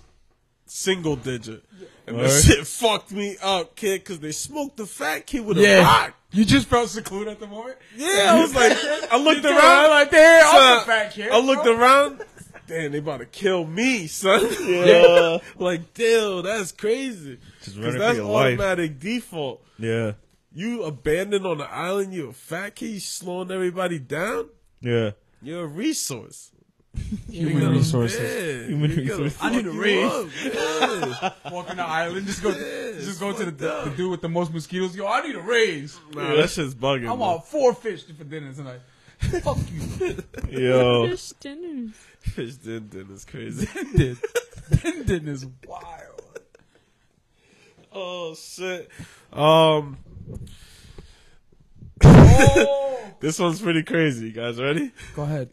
[SPEAKER 2] single digit. And
[SPEAKER 3] Word.
[SPEAKER 2] that shit fucked me up, kid, because they smoked the fat kid with a rock.
[SPEAKER 5] you just felt secluded at the moment.
[SPEAKER 2] Yeah, I was like, I looked
[SPEAKER 5] You
[SPEAKER 2] around.
[SPEAKER 5] like, there, I'm
[SPEAKER 2] son,
[SPEAKER 5] the fat kid.
[SPEAKER 2] I looked
[SPEAKER 5] bro.
[SPEAKER 2] around. Damn, they about to kill me, son.
[SPEAKER 3] Yeah.
[SPEAKER 2] like, damn, that's crazy.
[SPEAKER 3] Just running
[SPEAKER 2] Because
[SPEAKER 3] for
[SPEAKER 2] that's
[SPEAKER 3] your life.
[SPEAKER 2] automatic default.
[SPEAKER 3] Yeah.
[SPEAKER 2] You abandoned on the island, you a fat kid, you slowing everybody down.
[SPEAKER 3] Yeah.
[SPEAKER 2] You're a resource.
[SPEAKER 5] Human resources.
[SPEAKER 2] Yeah,
[SPEAKER 3] Human
[SPEAKER 2] you gotta
[SPEAKER 3] resources.
[SPEAKER 2] fuck
[SPEAKER 5] I need a
[SPEAKER 2] you
[SPEAKER 5] raise.
[SPEAKER 2] up, yeah.
[SPEAKER 5] Walking the island, just go,
[SPEAKER 2] it's
[SPEAKER 5] just go to the,
[SPEAKER 2] fucked up.
[SPEAKER 5] the dude with the most mosquitoes. Yo, I need a raise.
[SPEAKER 2] Nah, that shit's bugging.
[SPEAKER 5] I
[SPEAKER 2] bro.
[SPEAKER 5] want four fish for dinner tonight. Fuck you.
[SPEAKER 3] Yo.
[SPEAKER 4] Fish dinners.
[SPEAKER 2] Fish did did is crazy.
[SPEAKER 5] Din Din is wild.
[SPEAKER 2] oh shit. Um,
[SPEAKER 5] Oh.
[SPEAKER 2] this one's pretty crazy. You guys ready?
[SPEAKER 5] Go ahead.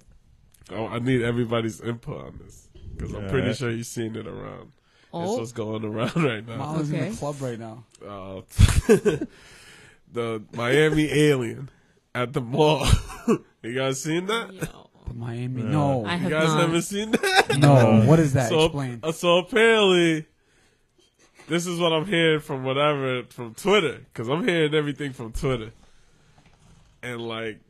[SPEAKER 2] Oh, I need everybody's input on this because I'm pretty
[SPEAKER 3] Alright.
[SPEAKER 2] sure you're seeing it around. This
[SPEAKER 4] Oh,
[SPEAKER 2] what's going around right now.
[SPEAKER 5] Molly's in
[SPEAKER 4] Okay.
[SPEAKER 5] the club right now.
[SPEAKER 2] Uh, the Miami alien at the mall. you guys seen that?
[SPEAKER 4] yo.
[SPEAKER 5] The Miami. No.
[SPEAKER 4] I
[SPEAKER 2] You
[SPEAKER 4] have
[SPEAKER 2] guys
[SPEAKER 4] not.
[SPEAKER 2] haven't seen that?
[SPEAKER 5] no. What is that?
[SPEAKER 2] so,
[SPEAKER 5] Explain.
[SPEAKER 2] uh, so apparently, this is what I'm hearing from whatever from Twitter, because I'm hearing everything from Twitter, and like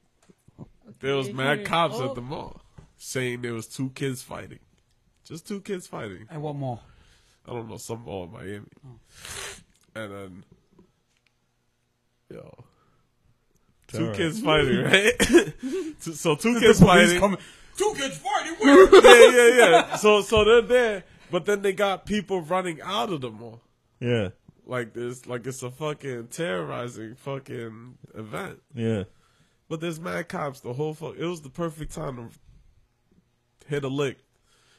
[SPEAKER 2] there was
[SPEAKER 4] Okay,
[SPEAKER 2] mad
[SPEAKER 4] here-
[SPEAKER 2] cops
[SPEAKER 4] oh.
[SPEAKER 2] at the mall saying there was two kids fighting, just two kids fighting.
[SPEAKER 5] And what more?
[SPEAKER 2] I don't know some mall in Miami, and then yo. Two
[SPEAKER 3] Alright.
[SPEAKER 2] kids fighting, right? so two kids fighting
[SPEAKER 5] Two kids fighting. Where?
[SPEAKER 2] yeah, yeah, yeah. So so they're there, but then they got people running out of the mall.
[SPEAKER 3] Yeah.
[SPEAKER 2] Like this, like it's a fucking terrorizing fucking event.
[SPEAKER 3] Yeah.
[SPEAKER 2] But there's mad cops the whole fuck. It was the perfect time to hit a lick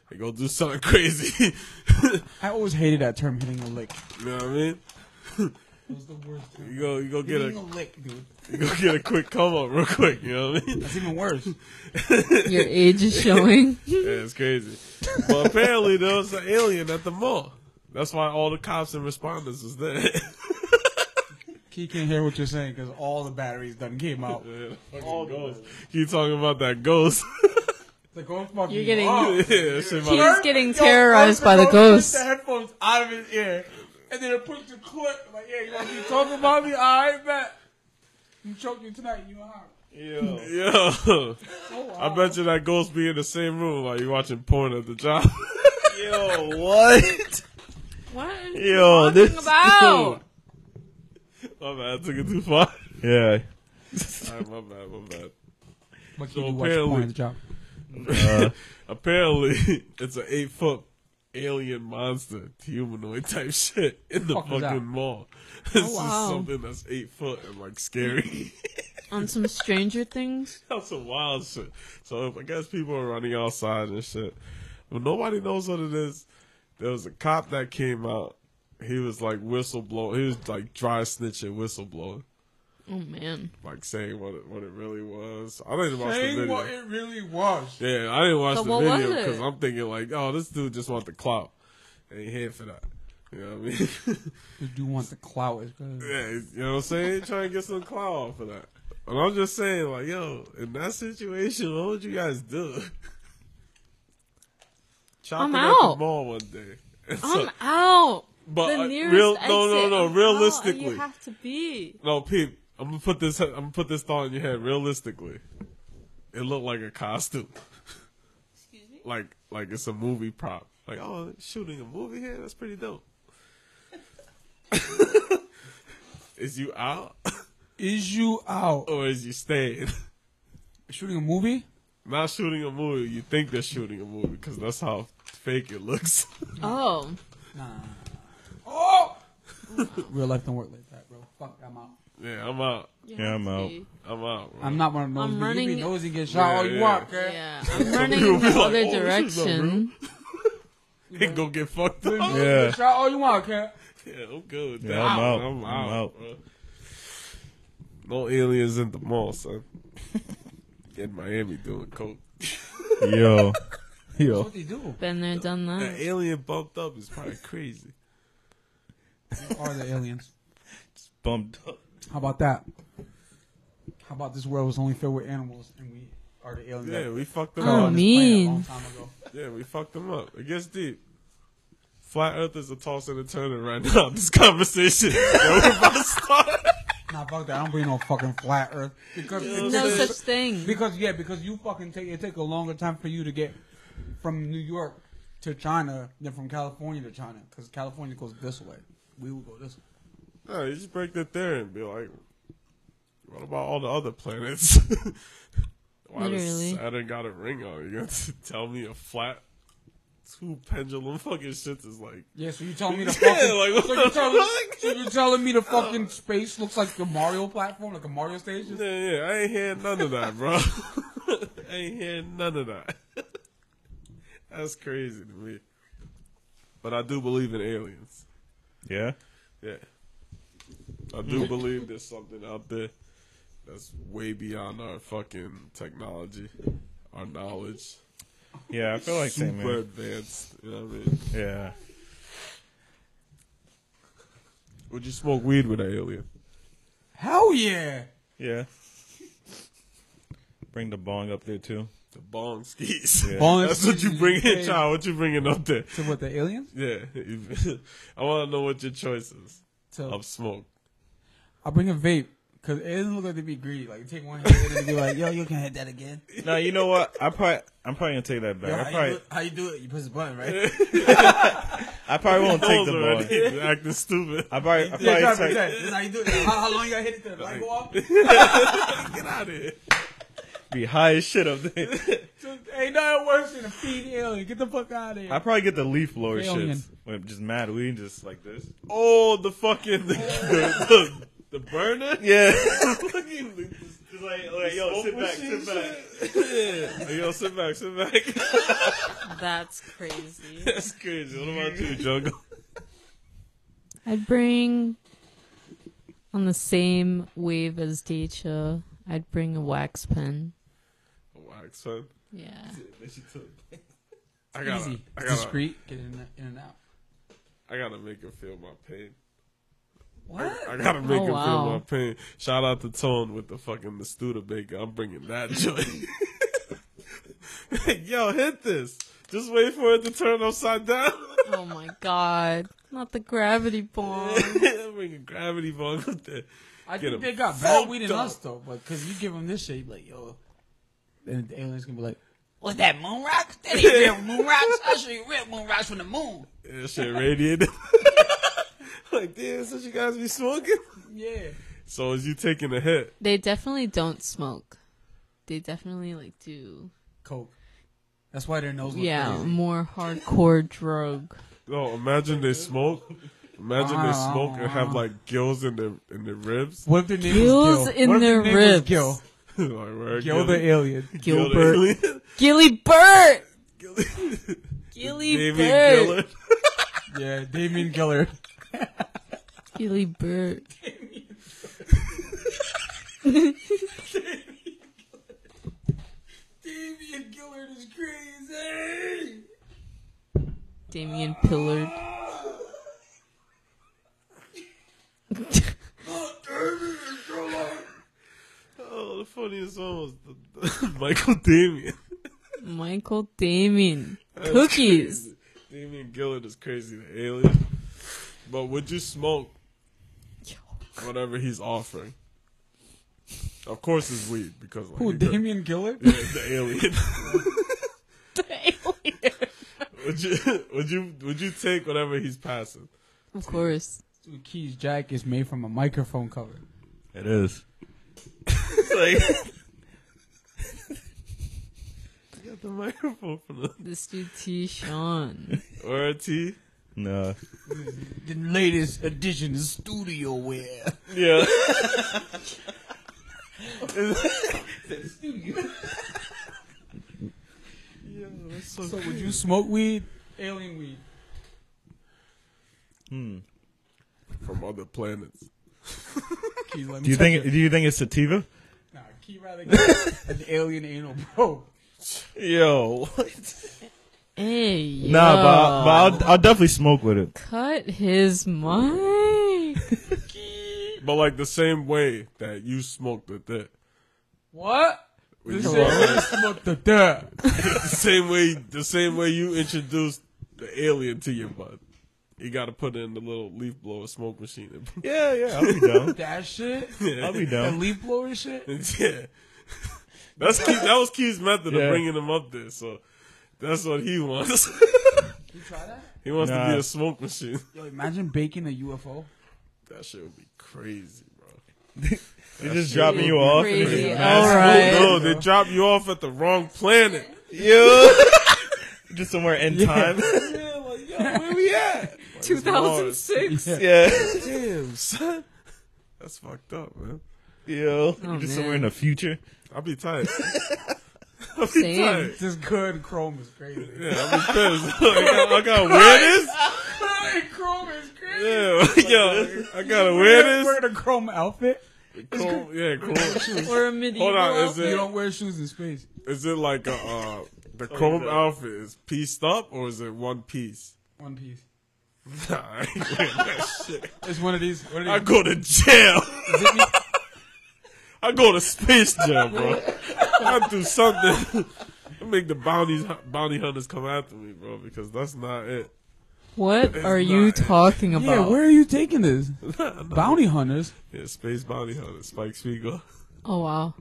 [SPEAKER 2] and go do something crazy.
[SPEAKER 5] I always hated that term hitting a lick.
[SPEAKER 2] you know what I mean?
[SPEAKER 5] It was the worst. Dude.
[SPEAKER 2] You go, you go get
[SPEAKER 5] Didn't
[SPEAKER 2] a,
[SPEAKER 5] even lick, dude.
[SPEAKER 2] you go get a quick come up real quick. You know what I mean?
[SPEAKER 5] That's even worse.
[SPEAKER 4] Your age is showing.
[SPEAKER 2] Yeah, it's crazy. But apparently there was an alien at the mall. That's why all the cops and responders was there.
[SPEAKER 5] He can't hear what you're saying because all the batteries done came out.
[SPEAKER 2] all ghosts. You talking about that ghost?
[SPEAKER 5] Like, oh, fuck
[SPEAKER 4] You're
[SPEAKER 5] you.
[SPEAKER 4] getting-
[SPEAKER 5] Oh.
[SPEAKER 2] yeah, shit, my-
[SPEAKER 4] He's getting terrorized by the
[SPEAKER 5] ghost.
[SPEAKER 4] ghosts.
[SPEAKER 5] The headphones out of his ear, and then it pushed the clip. Like, yeah, you want to keep talking about me? All right, bet. You choked me tonight. You hot.
[SPEAKER 2] Yo, I bet you that ghost be in the same room while you watching porn at the job.
[SPEAKER 3] Yo, what?
[SPEAKER 4] What are you
[SPEAKER 3] Yo, this.
[SPEAKER 4] talking about?
[SPEAKER 2] my bad, I took it too far.
[SPEAKER 3] Yeah.
[SPEAKER 2] All right, my bad, my bad.
[SPEAKER 5] But
[SPEAKER 2] So
[SPEAKER 5] you watch
[SPEAKER 2] apparently-
[SPEAKER 5] porn at the job.
[SPEAKER 2] Apparently, it's an eight foot alien monster, humanoid type shit in the
[SPEAKER 5] Fuck is that? Oh,
[SPEAKER 2] fucking mall. It's just
[SPEAKER 4] wow.
[SPEAKER 2] something that's eight foot and like scary.
[SPEAKER 4] On some Stranger Things?
[SPEAKER 2] that's some wild shit. So I guess people are running outside and shit. But nobody knows what it is. There was a cop that came out. He was like whistleblowing. He was like dry snitching, whistleblowing,
[SPEAKER 4] Oh man.
[SPEAKER 2] like saying what it, what it really was. I didn't watch the
[SPEAKER 5] Saying
[SPEAKER 2] video.
[SPEAKER 5] what it really was.
[SPEAKER 2] Yeah, I didn't watch
[SPEAKER 4] So
[SPEAKER 2] the
[SPEAKER 4] what was
[SPEAKER 2] video
[SPEAKER 4] it?
[SPEAKER 2] because I'm thinking like, oh, this dude just want the clout, and he here for that. You know what I mean?
[SPEAKER 5] You do want the clout. It's good.
[SPEAKER 2] yeah, you know what I'm saying? Trying to get some clout off of that. And I'm just saying, like, yo, in that situation, what would you guys do? Chopping
[SPEAKER 4] I'm
[SPEAKER 2] at the
[SPEAKER 4] out.
[SPEAKER 2] mall one day. And so-
[SPEAKER 4] I'm out.
[SPEAKER 2] But, uh,
[SPEAKER 4] the nearest
[SPEAKER 2] real-
[SPEAKER 4] exit.
[SPEAKER 2] no, no, no,
[SPEAKER 4] I'm out,
[SPEAKER 2] realistically.
[SPEAKER 4] you have to be.
[SPEAKER 2] no, Pete, I'm gonna put this. I'm gonna put this thought in your head. Realistically, it looked like a costume.
[SPEAKER 4] Excuse me.
[SPEAKER 2] like like it's a movie prop. Like, oh, shooting a movie here? That's pretty dope. is you out
[SPEAKER 5] Is you out
[SPEAKER 2] or is you staying?
[SPEAKER 5] shooting a movie?
[SPEAKER 2] Not shooting a movie. You think they're shooting a movie because that's how fake it looks.
[SPEAKER 4] Oh,
[SPEAKER 5] Oh! Real life don't work like that, bro. Fuck, I'm out.
[SPEAKER 2] yeah, I'm out.
[SPEAKER 4] you
[SPEAKER 3] Yeah,
[SPEAKER 4] have
[SPEAKER 3] I'm
[SPEAKER 4] to
[SPEAKER 3] out.
[SPEAKER 4] be.
[SPEAKER 2] I'm out. Bro.
[SPEAKER 5] I'm not one of those.
[SPEAKER 4] I'm
[SPEAKER 5] niggas. You
[SPEAKER 4] running-
[SPEAKER 5] be nosy and get shot
[SPEAKER 2] Yeah,
[SPEAKER 5] all you
[SPEAKER 2] yeah.
[SPEAKER 5] want, okay?
[SPEAKER 4] Yeah, I'm running
[SPEAKER 2] people
[SPEAKER 4] in
[SPEAKER 2] be like,
[SPEAKER 4] the other
[SPEAKER 2] "Oh, this is a
[SPEAKER 4] direction.
[SPEAKER 2] It gonna get fucked up.
[SPEAKER 5] You
[SPEAKER 2] Yeah,
[SPEAKER 5] nosy and get shot all you want, okay?
[SPEAKER 2] I'm good. with
[SPEAKER 3] Yeah,
[SPEAKER 2] that.
[SPEAKER 3] I'm out.
[SPEAKER 2] I'm
[SPEAKER 3] I'm
[SPEAKER 2] out.
[SPEAKER 3] out.
[SPEAKER 2] bro. No aliens in the mall, son. in Miami doing coke.
[SPEAKER 3] Yo.
[SPEAKER 5] That's
[SPEAKER 3] Yo.
[SPEAKER 5] what they do.
[SPEAKER 4] Been there, done
[SPEAKER 2] That
[SPEAKER 4] that.
[SPEAKER 2] alien bumped up is probably crazy.
[SPEAKER 5] Are the aliens?
[SPEAKER 3] Bumped up.
[SPEAKER 5] How about that? How about this world was only filled with animals and we are the aliens?
[SPEAKER 2] Yeah,
[SPEAKER 5] that
[SPEAKER 2] we fucked them
[SPEAKER 5] were
[SPEAKER 4] Oh,
[SPEAKER 2] up.
[SPEAKER 5] on this planet a
[SPEAKER 4] mean.
[SPEAKER 5] long time ago.
[SPEAKER 2] Yeah, we fucked them up. It gets deep. Flat Earthers are tossing and turning right now. This conversation that we're about to start.
[SPEAKER 5] Nah, fuck that. I don't believe no fucking flat Earth because
[SPEAKER 4] There's
[SPEAKER 5] because-
[SPEAKER 4] no such thing.
[SPEAKER 5] because yeah, because you fucking take it take a longer time for you to get from New York to China than from California to China because California goes this way. We will go this way.
[SPEAKER 2] No, you just break the theory and be like, what about all the other planets? Why does
[SPEAKER 4] Literally.
[SPEAKER 2] Saturn got a ring on? You going to tell me a flat two pendulum fucking shit is like
[SPEAKER 5] Yeah, so you telling me the
[SPEAKER 2] Yeah,
[SPEAKER 5] fucking
[SPEAKER 2] like, what
[SPEAKER 5] so,
[SPEAKER 2] the
[SPEAKER 5] you telling,
[SPEAKER 2] fuck?
[SPEAKER 5] so you telling me the fucking space looks like the Mario platform, like a Mario stage?
[SPEAKER 2] Yeah, yeah, I ain't hearing none of that, bro. I ain't hearing none of that. That's crazy to me. But I do believe in aliens.
[SPEAKER 3] Yeah.
[SPEAKER 2] Yeah. I do
[SPEAKER 3] Mm.
[SPEAKER 2] believe there's something out there that's way beyond our fucking technology, our knowledge.
[SPEAKER 3] Yeah, I feel like
[SPEAKER 2] Super
[SPEAKER 3] same man.
[SPEAKER 2] advanced. You know what I mean?
[SPEAKER 3] Yeah.
[SPEAKER 2] Would you smoke weed with an alien?
[SPEAKER 5] Hell yeah!
[SPEAKER 3] Yeah. Bring the bong up there too.
[SPEAKER 2] The bong skis.
[SPEAKER 3] Yeah.
[SPEAKER 5] Bong
[SPEAKER 2] That's what you
[SPEAKER 5] skis,
[SPEAKER 2] bring in,
[SPEAKER 5] yeah.
[SPEAKER 2] child. What you bringing up there?
[SPEAKER 5] To what the aliens?
[SPEAKER 2] Yeah. I want to know what your choice is
[SPEAKER 5] To
[SPEAKER 2] of smoke.
[SPEAKER 5] I'll bring a vape because it doesn't look like they be greedy. Like take one hit and then be like, "Yo, you can hit that again."
[SPEAKER 3] No, you know what? I probably I'm probably gonna take that back.
[SPEAKER 5] Yo,
[SPEAKER 3] I
[SPEAKER 5] how, you
[SPEAKER 3] probably
[SPEAKER 5] do, how you do it? You press the button, right?
[SPEAKER 3] I probably won't take the
[SPEAKER 2] Holes already.
[SPEAKER 3] bong.
[SPEAKER 2] They're Acting stupid.
[SPEAKER 3] I probably, I
[SPEAKER 5] yeah, try to
[SPEAKER 3] probably
[SPEAKER 5] pretend.
[SPEAKER 3] take,
[SPEAKER 5] This is how you do it. How, how long you gotta hit it? till The light go off?
[SPEAKER 2] Get out of here.
[SPEAKER 3] be high as shit up there.
[SPEAKER 5] Ain't nothing worse than a feed alien. Get the fuck out of here.
[SPEAKER 3] I probably get the leaf blower
[SPEAKER 5] Alien.
[SPEAKER 3] shit. Just mad weed, just like this.
[SPEAKER 2] Oh, the fucking the, the, the burner.
[SPEAKER 3] Yeah.
[SPEAKER 2] Fucking-
[SPEAKER 3] Just like, like, yo, sit back, sit back.
[SPEAKER 2] yeah. Yo, sit back, sit back.
[SPEAKER 4] That's crazy.
[SPEAKER 2] That's crazy. What about you, Jungle?
[SPEAKER 4] I'd bring On the same wave as Decha, I'd bring a wax pen.
[SPEAKER 2] A wax pen.
[SPEAKER 4] Yeah.
[SPEAKER 2] I gotta,
[SPEAKER 5] Easy.
[SPEAKER 2] I
[SPEAKER 5] It's
[SPEAKER 2] gotta,
[SPEAKER 5] discreet. Get in, in and out.
[SPEAKER 2] I gotta make him feel my pain.
[SPEAKER 5] What?
[SPEAKER 2] I gotta make
[SPEAKER 4] Oh,
[SPEAKER 2] him feel
[SPEAKER 4] wow.
[SPEAKER 2] my pain. Shout out to Tone with the fucking the Studebaker. I'm bringing that joint. Yo, hit this. Just wait for it to turn upside down.
[SPEAKER 4] Oh my god. Not the gravity bomb.
[SPEAKER 2] I'm bringing gravity bong up there.
[SPEAKER 5] I
[SPEAKER 2] Get
[SPEAKER 5] think
[SPEAKER 2] 'em
[SPEAKER 5] they got better weed
[SPEAKER 2] fucked
[SPEAKER 5] than
[SPEAKER 2] up.
[SPEAKER 5] us though, but because you give them this shit, you be like yo, then the aliens gonna be like,
[SPEAKER 6] Was that moon rocks? That ain't real moon rocks. I show you real moon rocks from the moon.
[SPEAKER 2] Yeah, That shit radiated. like, damn, so you guys be smoking?
[SPEAKER 5] yeah,
[SPEAKER 2] So is you taking a hit?
[SPEAKER 4] They definitely don't smoke. They definitely like do.
[SPEAKER 5] coke. That's why their nose look
[SPEAKER 4] Yeah, Mm.
[SPEAKER 5] crazy.
[SPEAKER 4] more hardcore drug.
[SPEAKER 2] No, imagine they smoke. Imagine they
[SPEAKER 5] Wow.
[SPEAKER 2] smoke and have like gills in their in their ribs.
[SPEAKER 5] What if their name
[SPEAKER 4] Gills
[SPEAKER 5] was Gil?
[SPEAKER 4] in
[SPEAKER 5] what if
[SPEAKER 4] their
[SPEAKER 5] name was
[SPEAKER 4] ribs.
[SPEAKER 5] Gil?
[SPEAKER 2] like, where
[SPEAKER 5] Gil the alien.
[SPEAKER 2] Gil the
[SPEAKER 4] Gilbert.
[SPEAKER 2] alien.
[SPEAKER 4] Gilly Burt!
[SPEAKER 2] Gil-
[SPEAKER 4] Gilly
[SPEAKER 2] Damien
[SPEAKER 4] Burt!
[SPEAKER 2] Gillard.
[SPEAKER 5] Yeah, Damien Gillard.
[SPEAKER 4] Gilly Burt.
[SPEAKER 5] Damien Gillard is crazy.
[SPEAKER 4] Damien Pillard.
[SPEAKER 2] Oh, the funniest one was the, the Michael Damien.
[SPEAKER 4] Michael Damien. Cookies.
[SPEAKER 2] Damien Gillard is crazy, the alien. But would you smoke whatever he's offering? Of course, it's weed because like,
[SPEAKER 5] Who?
[SPEAKER 2] you could-
[SPEAKER 5] Damien Gillard?
[SPEAKER 2] Yeah, the alien.
[SPEAKER 4] Alien.
[SPEAKER 2] would you would you would you take whatever he's passing?
[SPEAKER 4] Of course.
[SPEAKER 5] Dude, Keys Jack is made from a microphone cover.
[SPEAKER 3] It is.
[SPEAKER 2] It's like You got the microphone from the
[SPEAKER 4] This dude T. Sean.
[SPEAKER 2] or a T.
[SPEAKER 3] Nah.
[SPEAKER 5] The latest edition is studio wear.
[SPEAKER 2] Yeah. yeah, that's so,
[SPEAKER 5] So would you smoke weed? Alien weed.
[SPEAKER 2] from other planets.
[SPEAKER 5] Keys, let me
[SPEAKER 3] Do you
[SPEAKER 5] touch
[SPEAKER 3] think?
[SPEAKER 5] it.
[SPEAKER 3] Do you think it's sativa?
[SPEAKER 5] Nah, Key rather get an alien anal bro.
[SPEAKER 3] Yo.
[SPEAKER 4] Hey. Yo.
[SPEAKER 3] Nah, but, but I'll, I'll definitely smoke with it.
[SPEAKER 4] Cut his mic.
[SPEAKER 2] But like the same way that you smoked with that.
[SPEAKER 5] What?
[SPEAKER 2] Would
[SPEAKER 5] This
[SPEAKER 2] you
[SPEAKER 5] is smoke the dirt.
[SPEAKER 2] the same way the same way you introduced the alien to your bud. You gotta put in the little leaf blower smoke machine. and-
[SPEAKER 3] Yeah, yeah. I'll be down.
[SPEAKER 5] That shit.
[SPEAKER 3] I'll be
[SPEAKER 5] The
[SPEAKER 3] down.
[SPEAKER 5] leaf blower shit.
[SPEAKER 2] yeah. That's Key, that was Key's method
[SPEAKER 3] Yeah.
[SPEAKER 2] of bringing him up there, so that's what he wants.
[SPEAKER 5] You try that?
[SPEAKER 2] he wants to
[SPEAKER 3] Nah.
[SPEAKER 2] be a smoke machine.
[SPEAKER 5] Yo, imagine baking a UFO.
[SPEAKER 2] That shit would be crazy, bro.
[SPEAKER 3] They're just dropping you off. and it's
[SPEAKER 4] Crazy.
[SPEAKER 3] just
[SPEAKER 4] All
[SPEAKER 3] massive.
[SPEAKER 4] right.
[SPEAKER 2] No, they drop you off at the wrong planet.
[SPEAKER 3] Yo. just somewhere in time.
[SPEAKER 2] Where we at?
[SPEAKER 4] 2006.
[SPEAKER 3] yeah.
[SPEAKER 2] Damn, son. That's fucked up, man.
[SPEAKER 3] Yo.
[SPEAKER 4] Oh,
[SPEAKER 3] just somewhere in
[SPEAKER 4] man.
[SPEAKER 3] the future.
[SPEAKER 2] I'll be tight. I'll be
[SPEAKER 4] Same.
[SPEAKER 2] tight.
[SPEAKER 5] This good chrome is crazy.
[SPEAKER 2] Yeah, I'm pissed. Like, I, I gotta wear this?
[SPEAKER 5] chrome is
[SPEAKER 2] Yeah,
[SPEAKER 5] crazy.
[SPEAKER 2] yo, I gotta wear
[SPEAKER 5] Wear,
[SPEAKER 2] this?
[SPEAKER 5] wear the chrome outfit.
[SPEAKER 2] Cool. Yeah, cool.
[SPEAKER 4] Or a medieval.
[SPEAKER 2] Hold on, is
[SPEAKER 5] You
[SPEAKER 2] it,
[SPEAKER 5] don't wear shoes in space.
[SPEAKER 2] is it like a, uh, the chrome outfit is pieced up or is it one piece?
[SPEAKER 5] One piece.
[SPEAKER 2] Nah, I ain't wearing that shit.
[SPEAKER 5] It's one of these. What
[SPEAKER 2] I
[SPEAKER 5] are
[SPEAKER 2] go to jail.
[SPEAKER 5] these?
[SPEAKER 2] I go to space jail, bro. I do something. I make the bounties, bounty hunters come after me, bro, because that's not it.
[SPEAKER 4] What are
[SPEAKER 2] not-
[SPEAKER 4] you talking about?
[SPEAKER 5] yeah, where are you taking this? Bounty hunters.
[SPEAKER 2] Yeah, space bounty hunter, Spike Spiegel,
[SPEAKER 4] oh wow.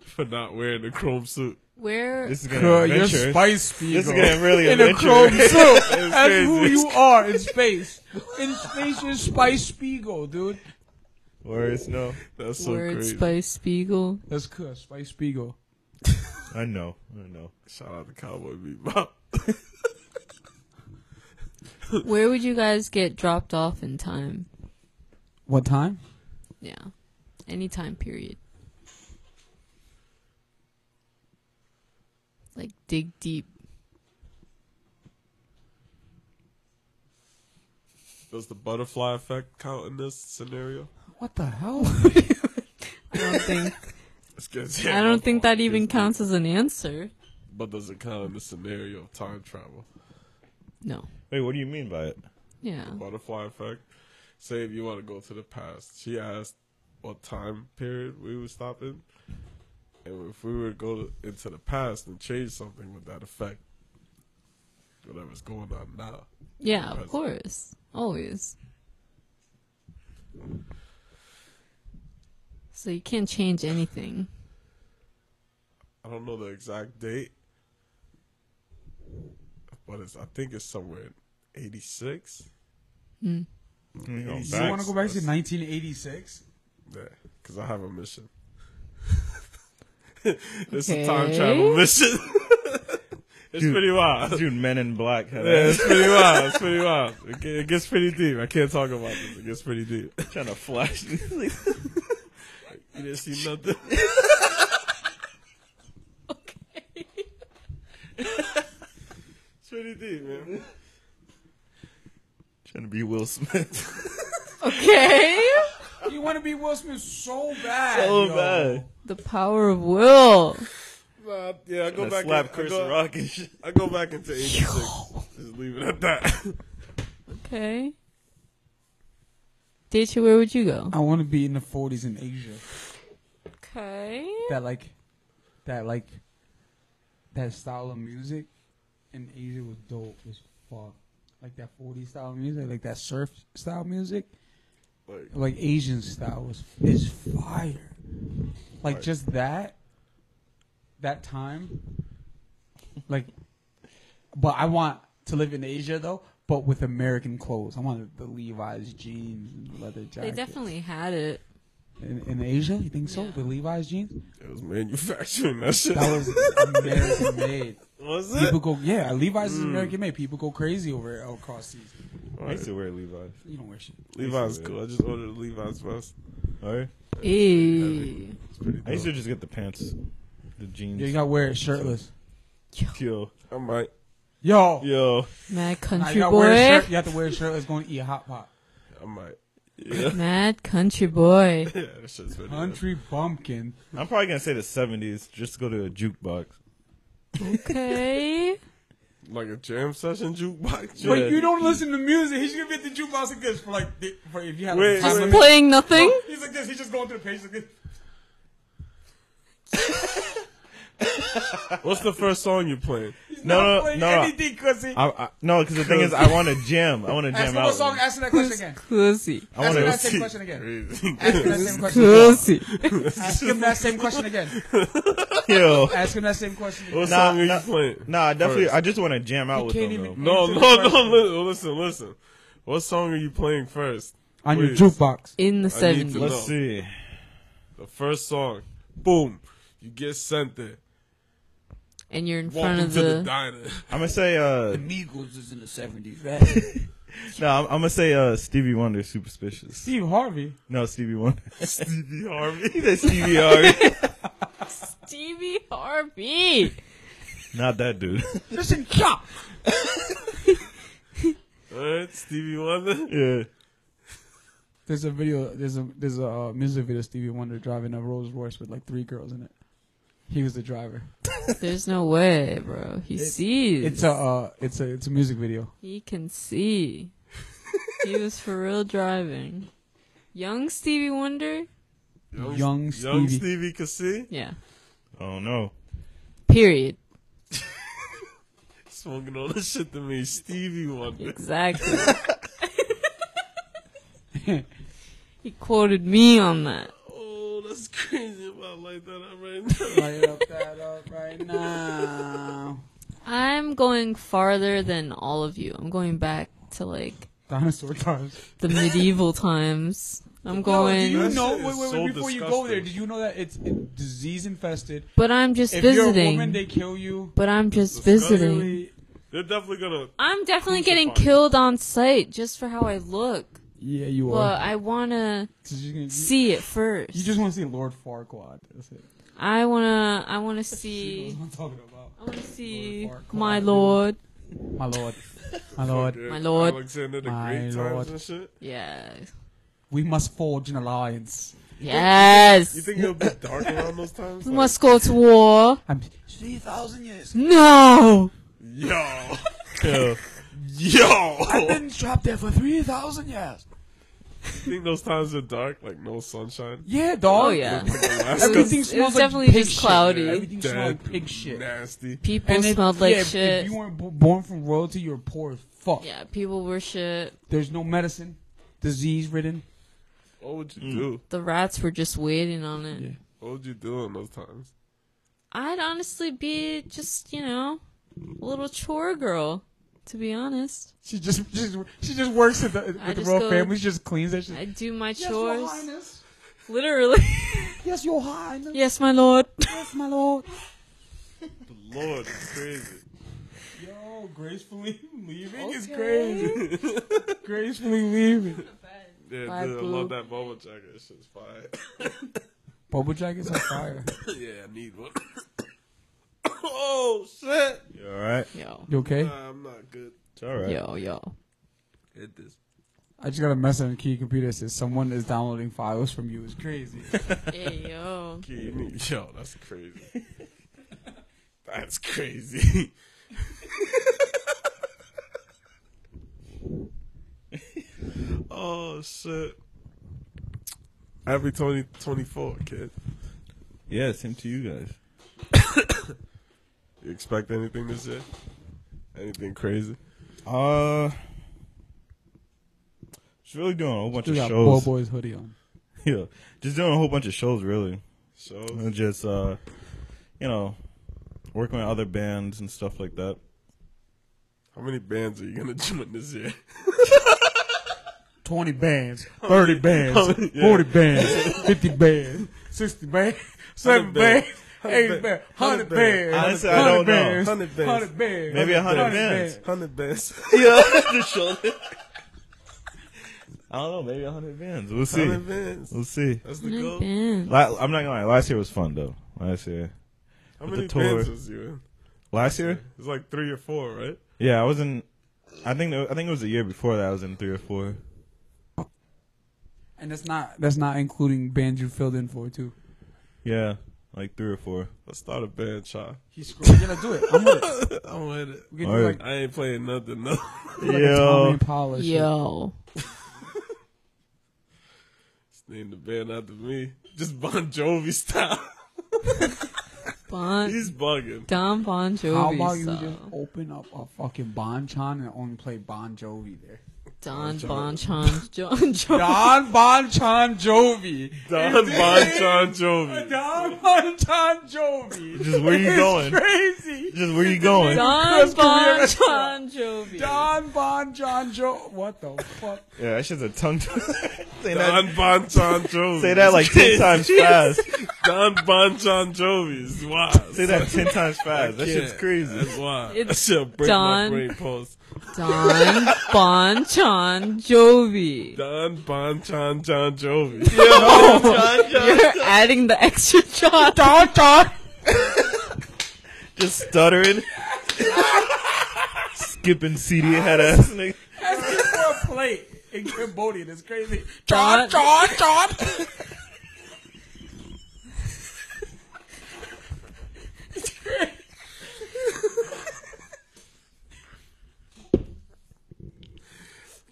[SPEAKER 2] for not wearing the chrome suit.
[SPEAKER 4] Where
[SPEAKER 3] This is gonna
[SPEAKER 5] Girl, you're
[SPEAKER 3] adventure.
[SPEAKER 5] Spice
[SPEAKER 3] This is
[SPEAKER 5] Spiegel.
[SPEAKER 3] getting really
[SPEAKER 5] in a
[SPEAKER 3] adventure.
[SPEAKER 5] chrome suit. That's
[SPEAKER 2] crazy.
[SPEAKER 5] who you are in space. In space, you're Spice Spiegel, dude.
[SPEAKER 3] Words, no.
[SPEAKER 2] That's so
[SPEAKER 4] word
[SPEAKER 2] crazy.
[SPEAKER 4] Spice Spiegel?
[SPEAKER 5] That's good, Spice Spiegel.
[SPEAKER 3] I know. I know.
[SPEAKER 2] Shout out to Cowboy Bebop.
[SPEAKER 4] Where would you guys get dropped off in time?
[SPEAKER 5] What time?
[SPEAKER 4] Yeah. Any time period. Like dig deep.
[SPEAKER 2] Does the butterfly effect count in this scenario?
[SPEAKER 5] What the hell?
[SPEAKER 4] I don't think
[SPEAKER 2] This gets-
[SPEAKER 4] I don't think that even counts as an answer.
[SPEAKER 2] But does it count in the scenario of time travel?
[SPEAKER 4] No.
[SPEAKER 3] Wait, what do you mean by it?
[SPEAKER 4] Yeah.
[SPEAKER 2] Butterfly effect. Say if you want to go to the past. She asked what time period we would stop in. And if we were to go into the past and change something, would that affect whatever's going on now?
[SPEAKER 4] Yeah, of course. Always. So you can't change anything.
[SPEAKER 2] I don't know the exact date, but it's I think it's somewhere in '86.
[SPEAKER 4] Hmm.
[SPEAKER 5] you want to go back to 1986?
[SPEAKER 2] Yeah, because I have a mission. it's a time travel
[SPEAKER 4] Okay.
[SPEAKER 2] mission. it's
[SPEAKER 3] Dude.
[SPEAKER 2] pretty wild.
[SPEAKER 3] Dude, Men in Black. Had
[SPEAKER 2] Yeah, it's pretty wild. It's pretty wild. It, ge- it gets pretty deep. I can't talk about this. It gets pretty deep.
[SPEAKER 3] trying to flash.
[SPEAKER 2] You didn't see nothing.
[SPEAKER 4] Okay.
[SPEAKER 2] It's pretty deep, man.
[SPEAKER 3] trying to be Will Smith.
[SPEAKER 4] Okay.
[SPEAKER 5] You want to be Will Smith so bad.
[SPEAKER 3] So
[SPEAKER 5] yo.
[SPEAKER 3] bad.
[SPEAKER 4] The power of will.
[SPEAKER 2] Nah, yeah, I go
[SPEAKER 3] Trying to
[SPEAKER 2] back.
[SPEAKER 3] slap
[SPEAKER 2] in,
[SPEAKER 3] Chris
[SPEAKER 2] I go,
[SPEAKER 3] Rock and shit.
[SPEAKER 2] I go back into '86. Just leave it at that.
[SPEAKER 4] Okay. Dacia, where would you go?
[SPEAKER 5] I want to be in the 40s in Asia.
[SPEAKER 4] Okay.
[SPEAKER 5] That like, that like, that style of music in Asia was dope as fuck. Like that 40s style music, like that surf style music,
[SPEAKER 2] Like,
[SPEAKER 5] like Asian style was is fire. Like just that, that time. Like, but I want to live in Asia though. But with American clothes, I want the Levi's jeans and leather
[SPEAKER 4] They
[SPEAKER 5] jacket.
[SPEAKER 4] definitely had it.
[SPEAKER 5] In, in Asia, you think so?
[SPEAKER 4] Yeah.
[SPEAKER 5] The Levi's jeans?
[SPEAKER 2] it was manufacturing that shit.
[SPEAKER 5] That was American made.
[SPEAKER 2] was it? Hmm.
[SPEAKER 5] People go, yeah, Levi's is American made. People go crazy over it across seas.
[SPEAKER 3] I used to wear Levi's.
[SPEAKER 5] You don't wear shit.
[SPEAKER 2] Levi's cool. I just ordered a Levi's vest.
[SPEAKER 3] Alright.
[SPEAKER 4] Ew.
[SPEAKER 2] It's pretty
[SPEAKER 3] I used to
[SPEAKER 2] dope.
[SPEAKER 3] just get the pants, the jeans.
[SPEAKER 5] Yeah, you gotta wear it shirtless.
[SPEAKER 3] yo,
[SPEAKER 2] I might.
[SPEAKER 5] Yo,
[SPEAKER 3] yo,
[SPEAKER 4] Mad
[SPEAKER 5] Nah,
[SPEAKER 4] country
[SPEAKER 5] you gotta wear a
[SPEAKER 4] boy.
[SPEAKER 5] shirt. You have to wear a shirtless. Going to eat hot pot.
[SPEAKER 2] I might.
[SPEAKER 4] Mad country boy.
[SPEAKER 2] Yeah, that shit's pretty dope.
[SPEAKER 5] Country bumpkin.
[SPEAKER 3] I'm probably gonna say the '70s just to go to a jukebox.
[SPEAKER 4] Okay.
[SPEAKER 2] Like a jam session jukebox.
[SPEAKER 5] But you don't listen to music. He's gonna be at the jukebox like this for like the- for if you have
[SPEAKER 2] Wait, wait.
[SPEAKER 5] a time
[SPEAKER 4] Just
[SPEAKER 5] limit.
[SPEAKER 4] playing nothing.
[SPEAKER 5] He's like this. He's just going through the pages like this.
[SPEAKER 2] What's the first song you played?
[SPEAKER 5] He's
[SPEAKER 3] No,
[SPEAKER 5] not
[SPEAKER 3] no,
[SPEAKER 5] playing
[SPEAKER 3] no.
[SPEAKER 5] anything, cussy.
[SPEAKER 3] I, I, no, because the thing is, I want to jam. I want to
[SPEAKER 5] Ask
[SPEAKER 3] jam
[SPEAKER 5] him what
[SPEAKER 3] out.
[SPEAKER 5] song. Ask him that question again.
[SPEAKER 4] Cozy.
[SPEAKER 3] I want
[SPEAKER 5] Ask him
[SPEAKER 3] to
[SPEAKER 5] that same question again.
[SPEAKER 2] Crazy.
[SPEAKER 5] Ask him that same question. again.
[SPEAKER 4] Cozy.
[SPEAKER 5] Ask him that same question again.
[SPEAKER 3] yo.
[SPEAKER 5] Ask him that same question. again.
[SPEAKER 2] What
[SPEAKER 3] Nah,
[SPEAKER 2] song are
[SPEAKER 3] nah.
[SPEAKER 2] you playing?
[SPEAKER 3] Nah, I definitely.
[SPEAKER 2] First.
[SPEAKER 3] I just want to jam out with
[SPEAKER 5] can't
[SPEAKER 3] them.
[SPEAKER 5] even-
[SPEAKER 3] though.
[SPEAKER 2] No,
[SPEAKER 5] Answer
[SPEAKER 2] no, no.
[SPEAKER 5] the question.
[SPEAKER 2] li- Listen, listen. What song are you playing first?
[SPEAKER 5] On your
[SPEAKER 2] Please.
[SPEAKER 5] jukebox.
[SPEAKER 2] I need
[SPEAKER 4] In the
[SPEAKER 2] to
[SPEAKER 4] seventies.
[SPEAKER 2] know.
[SPEAKER 3] Let's see.
[SPEAKER 2] The first song. Boom. You get sent there.
[SPEAKER 4] And you're in
[SPEAKER 2] Walk
[SPEAKER 4] front of
[SPEAKER 2] into the,
[SPEAKER 4] the
[SPEAKER 2] diner.
[SPEAKER 3] I'm gonna say. uh
[SPEAKER 6] Migos is in the 70s.
[SPEAKER 3] No, I'm, I'm gonna say uh Stevie Wonder. Superstitious.
[SPEAKER 5] Steve Harvey.
[SPEAKER 3] No, Stevie Wonder.
[SPEAKER 2] Stevie Harvey.
[SPEAKER 3] He said Stevie Harvey.
[SPEAKER 4] Stevie Harvey.
[SPEAKER 3] Not that dude.
[SPEAKER 5] Listen, chop.
[SPEAKER 2] Alright, Stevie Wonder.
[SPEAKER 3] yeah.
[SPEAKER 5] There's a video. There's a there's a uh, music video. of Stevie Wonder driving a Rolls Royce with like three girls in it. He was the driver.
[SPEAKER 4] There's no way, bro. He sees.
[SPEAKER 5] It's a uh, it's a it's a music video.
[SPEAKER 4] He can see. he was for real driving. Young Stevie Wonder?
[SPEAKER 5] Young
[SPEAKER 2] Young
[SPEAKER 5] Stevie.
[SPEAKER 2] Stevie Cassie.
[SPEAKER 4] Yeah.
[SPEAKER 3] Oh no.
[SPEAKER 4] Period.
[SPEAKER 2] Smoking all this shit to me. Stevie Wonder.
[SPEAKER 4] Exactly. he quoted me on that.
[SPEAKER 2] Oh, that's crazy about like that up right now.
[SPEAKER 5] Light up that up right now.
[SPEAKER 4] I'm going farther than all of you. I'm going back to like
[SPEAKER 5] Dinosaur times.
[SPEAKER 4] the medieval times. I'm going
[SPEAKER 5] do you
[SPEAKER 2] That
[SPEAKER 5] know?
[SPEAKER 2] shit
[SPEAKER 5] Wait, wait,
[SPEAKER 2] is
[SPEAKER 5] wait.
[SPEAKER 2] so
[SPEAKER 5] before you go
[SPEAKER 2] disgusting.
[SPEAKER 5] there, did you know that it's, it's disease infested?
[SPEAKER 4] but I'm just
[SPEAKER 5] If you're a
[SPEAKER 4] visiting.
[SPEAKER 5] woman, they kill you.
[SPEAKER 4] but I'm just
[SPEAKER 2] Disgusting.
[SPEAKER 4] visiting.
[SPEAKER 5] Really?
[SPEAKER 2] They're definitely gonna.
[SPEAKER 4] I'm definitely getting
[SPEAKER 2] Crucify you.
[SPEAKER 4] killed on sight just for how I look.
[SPEAKER 5] Yeah, you
[SPEAKER 4] But
[SPEAKER 5] are.
[SPEAKER 4] I want to
[SPEAKER 5] 'Cause you're gonna- you-
[SPEAKER 4] see it first.
[SPEAKER 5] You just want to see Lord Farquaad. That's it.
[SPEAKER 4] I wanna. I wanna
[SPEAKER 5] That's
[SPEAKER 4] see.
[SPEAKER 5] what I'm talking about.
[SPEAKER 4] I wanna see
[SPEAKER 5] Lord Farquaad.
[SPEAKER 4] my lord.
[SPEAKER 5] My lord. My lord.
[SPEAKER 2] Yeah,
[SPEAKER 4] My lord.
[SPEAKER 2] Alexander the
[SPEAKER 5] My
[SPEAKER 2] Great times
[SPEAKER 5] lord.
[SPEAKER 2] and shit.
[SPEAKER 4] Yeah.
[SPEAKER 5] We must forge an alliance.
[SPEAKER 4] Yes.
[SPEAKER 2] You think it'll be dark around those times?
[SPEAKER 4] we
[SPEAKER 2] Like,
[SPEAKER 4] must go to war.
[SPEAKER 5] I'm,
[SPEAKER 6] Three thousand years.
[SPEAKER 4] No.
[SPEAKER 2] yo,
[SPEAKER 3] Yo,
[SPEAKER 6] I've
[SPEAKER 2] yo.
[SPEAKER 6] been trapped there for three thousand years.
[SPEAKER 2] You think those times are dark, like no sunshine?
[SPEAKER 5] yeah, dog.
[SPEAKER 4] Oh yeah.
[SPEAKER 2] Like Alaska?
[SPEAKER 5] Everything
[SPEAKER 4] It was- it was
[SPEAKER 5] smells like
[SPEAKER 4] definitely
[SPEAKER 5] pig
[SPEAKER 4] just
[SPEAKER 5] shit.
[SPEAKER 4] cloudy.
[SPEAKER 5] Everything smells
[SPEAKER 2] Dead,
[SPEAKER 5] like pig shit.
[SPEAKER 2] Nasty.
[SPEAKER 4] People
[SPEAKER 5] if-
[SPEAKER 4] smelled like
[SPEAKER 5] yeah, if-
[SPEAKER 4] shit.
[SPEAKER 5] If you weren't b- born from royalty, you're poor as fuck.
[SPEAKER 4] yeah, people were shit.
[SPEAKER 5] There's no medicine, disease ridden.
[SPEAKER 2] What would you do?
[SPEAKER 4] The rats were just waiting on it.
[SPEAKER 5] Yeah.
[SPEAKER 2] What would you do in those times?
[SPEAKER 4] I'd honestly be just, you know, a little chore girl, to be honest.
[SPEAKER 5] She just, she just, she just works at the, with the
[SPEAKER 4] just
[SPEAKER 5] royal
[SPEAKER 4] go-
[SPEAKER 5] family. She just cleans that shit.
[SPEAKER 4] I do my
[SPEAKER 5] yes, your
[SPEAKER 4] chores.
[SPEAKER 5] highness.
[SPEAKER 4] Literally.
[SPEAKER 5] Yes, your highness.
[SPEAKER 4] yes, my lord.
[SPEAKER 5] Yes, my lord.
[SPEAKER 2] The Lord, it's crazy.
[SPEAKER 5] Yo, gracefully leaving is
[SPEAKER 4] Okay.
[SPEAKER 5] crazy. gracefully leaving.
[SPEAKER 2] Yeah,
[SPEAKER 4] Bye,
[SPEAKER 2] dude, I
[SPEAKER 4] boo.
[SPEAKER 2] love that bubble jacket. That shit's fire.
[SPEAKER 5] Bubble jackets on fire.
[SPEAKER 2] yeah, I need one. oh shit!
[SPEAKER 3] you all right?
[SPEAKER 4] Yo.
[SPEAKER 5] You okay?
[SPEAKER 2] Nah, I'm not good.
[SPEAKER 3] It's all right.
[SPEAKER 4] Yo, yo.
[SPEAKER 2] Hit this.
[SPEAKER 5] I just got a message on the key computer that says someone is downloading files from you. It's crazy.
[SPEAKER 4] Hey, yo.
[SPEAKER 2] key. You need- Yo, that's crazy. that's crazy. oh shit! Happy twenty twenty four, kid.
[SPEAKER 3] Yeah, same to you guys.
[SPEAKER 2] You expect anything this year? Anything crazy?
[SPEAKER 3] Uh, just really doing a whole bunch
[SPEAKER 5] You
[SPEAKER 3] of
[SPEAKER 5] got Bo
[SPEAKER 3] shows.
[SPEAKER 5] Boy's hoodie on.
[SPEAKER 3] Yeah, just doing a whole bunch of shows. Really,
[SPEAKER 2] Shows?
[SPEAKER 3] And just uh, you know, working with other bands and stuff like that.
[SPEAKER 2] How many bands are you gonna join this year?
[SPEAKER 5] 20 bands,
[SPEAKER 3] Oh,
[SPEAKER 5] 30 bands, 40 bands, 50 bands, 60 bands, 7 bands, 80 bands, 100 bands.
[SPEAKER 3] Honestly, I don't know.
[SPEAKER 2] 100 bands.
[SPEAKER 5] 100 bands.
[SPEAKER 3] Maybe 100 bands.
[SPEAKER 2] Hundred bands.
[SPEAKER 3] Yeah, the shoulder. I don't know, maybe hundred bands. We'll see.
[SPEAKER 2] Hundred bands.
[SPEAKER 3] We'll see.
[SPEAKER 2] That's the
[SPEAKER 4] My
[SPEAKER 2] goal.
[SPEAKER 4] band.
[SPEAKER 3] La- I'm not gonna lie. Last year was fun though. Last year,
[SPEAKER 2] How
[SPEAKER 3] With
[SPEAKER 2] many
[SPEAKER 3] the tour.
[SPEAKER 2] bands was you in?
[SPEAKER 3] last year,
[SPEAKER 2] It's like three or four, right?
[SPEAKER 3] yeah, I was in. I think I think it was the year before that. I was in three or four.
[SPEAKER 5] And that's not that's not including bands you filled in for too.
[SPEAKER 3] Yeah, like three or four.
[SPEAKER 2] Let's start a band, child.
[SPEAKER 5] He's screwed. Gonna do it. I'm with it.
[SPEAKER 2] I'm with it.
[SPEAKER 5] We can
[SPEAKER 3] All
[SPEAKER 5] do
[SPEAKER 3] right.
[SPEAKER 5] like,
[SPEAKER 2] I ain't playing nothing. No.
[SPEAKER 5] like a Tommy and Paula shit.
[SPEAKER 4] Yo.
[SPEAKER 2] Just name the band after me. Just Bon Jovi style.
[SPEAKER 4] Bon,
[SPEAKER 2] He's bugging.
[SPEAKER 4] Don Bon
[SPEAKER 5] How
[SPEAKER 4] Jovi.
[SPEAKER 5] about you
[SPEAKER 4] song.
[SPEAKER 5] just open up a fucking Bon Chan and only play Bon Jovi there?
[SPEAKER 4] Don Bon Chon John Jovi.
[SPEAKER 5] Don Bon Chan Jovi.
[SPEAKER 2] Don Bon John Jovi.
[SPEAKER 5] Don Bon Chan Jovi.
[SPEAKER 3] Just where you going?
[SPEAKER 5] Crazy.
[SPEAKER 3] Just where you going?
[SPEAKER 4] Don
[SPEAKER 5] Chris
[SPEAKER 4] Bon
[SPEAKER 5] Correa.
[SPEAKER 4] Chon Jovi.
[SPEAKER 5] Don Bon John Jovi. What the fuck?
[SPEAKER 3] Yeah, that shit's a tongue twister. say, that,
[SPEAKER 2] Don Bon John Jovi.
[SPEAKER 3] say that like ten times fast.
[SPEAKER 2] Don Bon John Jovi is wild.
[SPEAKER 3] Say that ten times fast. That shit's
[SPEAKER 2] Yeah,
[SPEAKER 3] crazy.
[SPEAKER 2] That's wild.
[SPEAKER 4] It's
[SPEAKER 2] that shit break
[SPEAKER 4] Don-
[SPEAKER 2] my brain pulse.
[SPEAKER 4] Don Bon Chon Jovi.
[SPEAKER 2] Don Bon John John Jovi.
[SPEAKER 4] You're adding the extra John.
[SPEAKER 5] Don Don.
[SPEAKER 3] Just stuttering. Skipping CD head ass nigga.
[SPEAKER 5] Asking for a plate in Cambodia. That's crazy.
[SPEAKER 4] Don-
[SPEAKER 5] Don Don Don.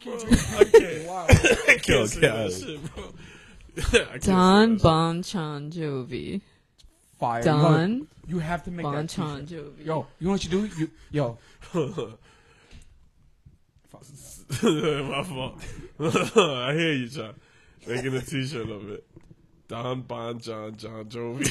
[SPEAKER 2] Okay.
[SPEAKER 5] Wow.
[SPEAKER 2] I can't say that
[SPEAKER 3] God.
[SPEAKER 2] shit, bro. I can't say
[SPEAKER 4] Don
[SPEAKER 2] that shit.
[SPEAKER 4] Bon Chon Jovi.
[SPEAKER 5] Fire. Look,
[SPEAKER 4] Don
[SPEAKER 5] You have to make
[SPEAKER 4] Bon
[SPEAKER 5] that.
[SPEAKER 4] Chon
[SPEAKER 5] T-shirt.
[SPEAKER 4] Jovi.
[SPEAKER 5] Yo, you know what you do? You yo.
[SPEAKER 2] My fault. I hear you, John. Making a t-shirt of it. Don Bon John John Jovi.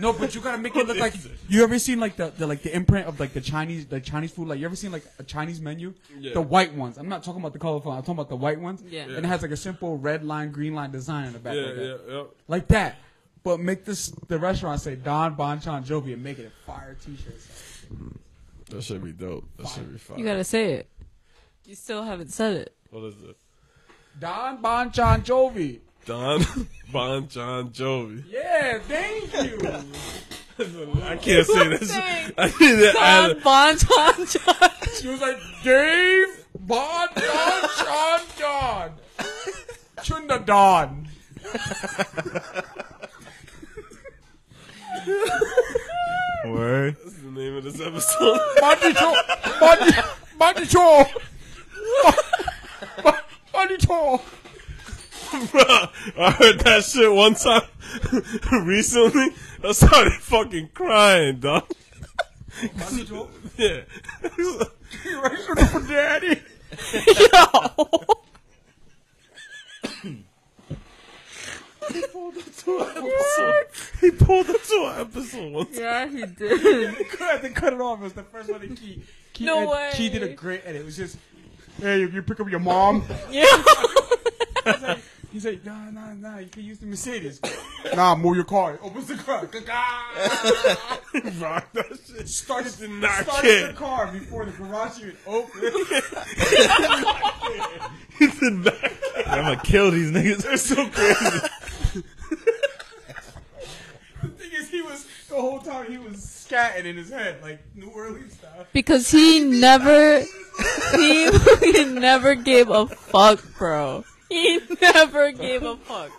[SPEAKER 5] No, but you gotta make it look like you ever seen like the, the like the imprint of like the Chinese the Chinese food like you ever seen like a Chinese menu
[SPEAKER 2] Yeah.
[SPEAKER 5] the white ones I'm not talking about the colorful I'm talking about the white ones
[SPEAKER 4] Yeah.
[SPEAKER 5] and it has like a simple red line green line design in the back
[SPEAKER 2] yeah,
[SPEAKER 5] like, that.
[SPEAKER 2] yeah, yeah.
[SPEAKER 5] Like that but make this the restaurant say Don Bonchan Jovi and make it a fire T-shirt
[SPEAKER 2] That should be dope. That should be fire.
[SPEAKER 4] You gotta say it. You still haven't said it.
[SPEAKER 2] what is it?
[SPEAKER 5] Don Bonchan Jovi
[SPEAKER 2] Don Bon John Jovi.
[SPEAKER 5] yeah thank you
[SPEAKER 2] I can't say that
[SPEAKER 4] saying
[SPEAKER 2] shit. I need to
[SPEAKER 4] Don
[SPEAKER 2] add
[SPEAKER 4] Bon Chon Jovi.
[SPEAKER 5] she was like Dave Bonchan John Chun Dawn.
[SPEAKER 3] Word.
[SPEAKER 2] That's the name of this episode.
[SPEAKER 5] Monitor, monitor, monitor, monitor.
[SPEAKER 2] Bruh, I heard that shit one time recently. I started fucking crying, dog. Yeah.
[SPEAKER 5] Daddy.
[SPEAKER 2] he pulled up to an episode once.
[SPEAKER 4] Yeah, he did.
[SPEAKER 5] I had to cut it off. It was the first one that Key. Key
[SPEAKER 4] No
[SPEAKER 5] ed-
[SPEAKER 4] way.
[SPEAKER 5] Key did a great edit. It was just, hey, you, you pick up your mom.
[SPEAKER 4] yeah.
[SPEAKER 5] He's like, he's like, nah, nah, nah. You can use the Mercedes. nah, move your car. Opens the car.
[SPEAKER 2] Rock that shit.
[SPEAKER 5] Started
[SPEAKER 2] did not
[SPEAKER 5] started
[SPEAKER 2] care.
[SPEAKER 5] the car before the garage even opened.
[SPEAKER 2] He did not care.
[SPEAKER 3] I'm gonna kill these niggas.
[SPEAKER 2] They're so crazy.
[SPEAKER 5] the thing is, he was the whole time he was scatting in his head like New Orleans style.
[SPEAKER 4] Because he never, he, he never gave a fuck, bro. He never gave a fuck.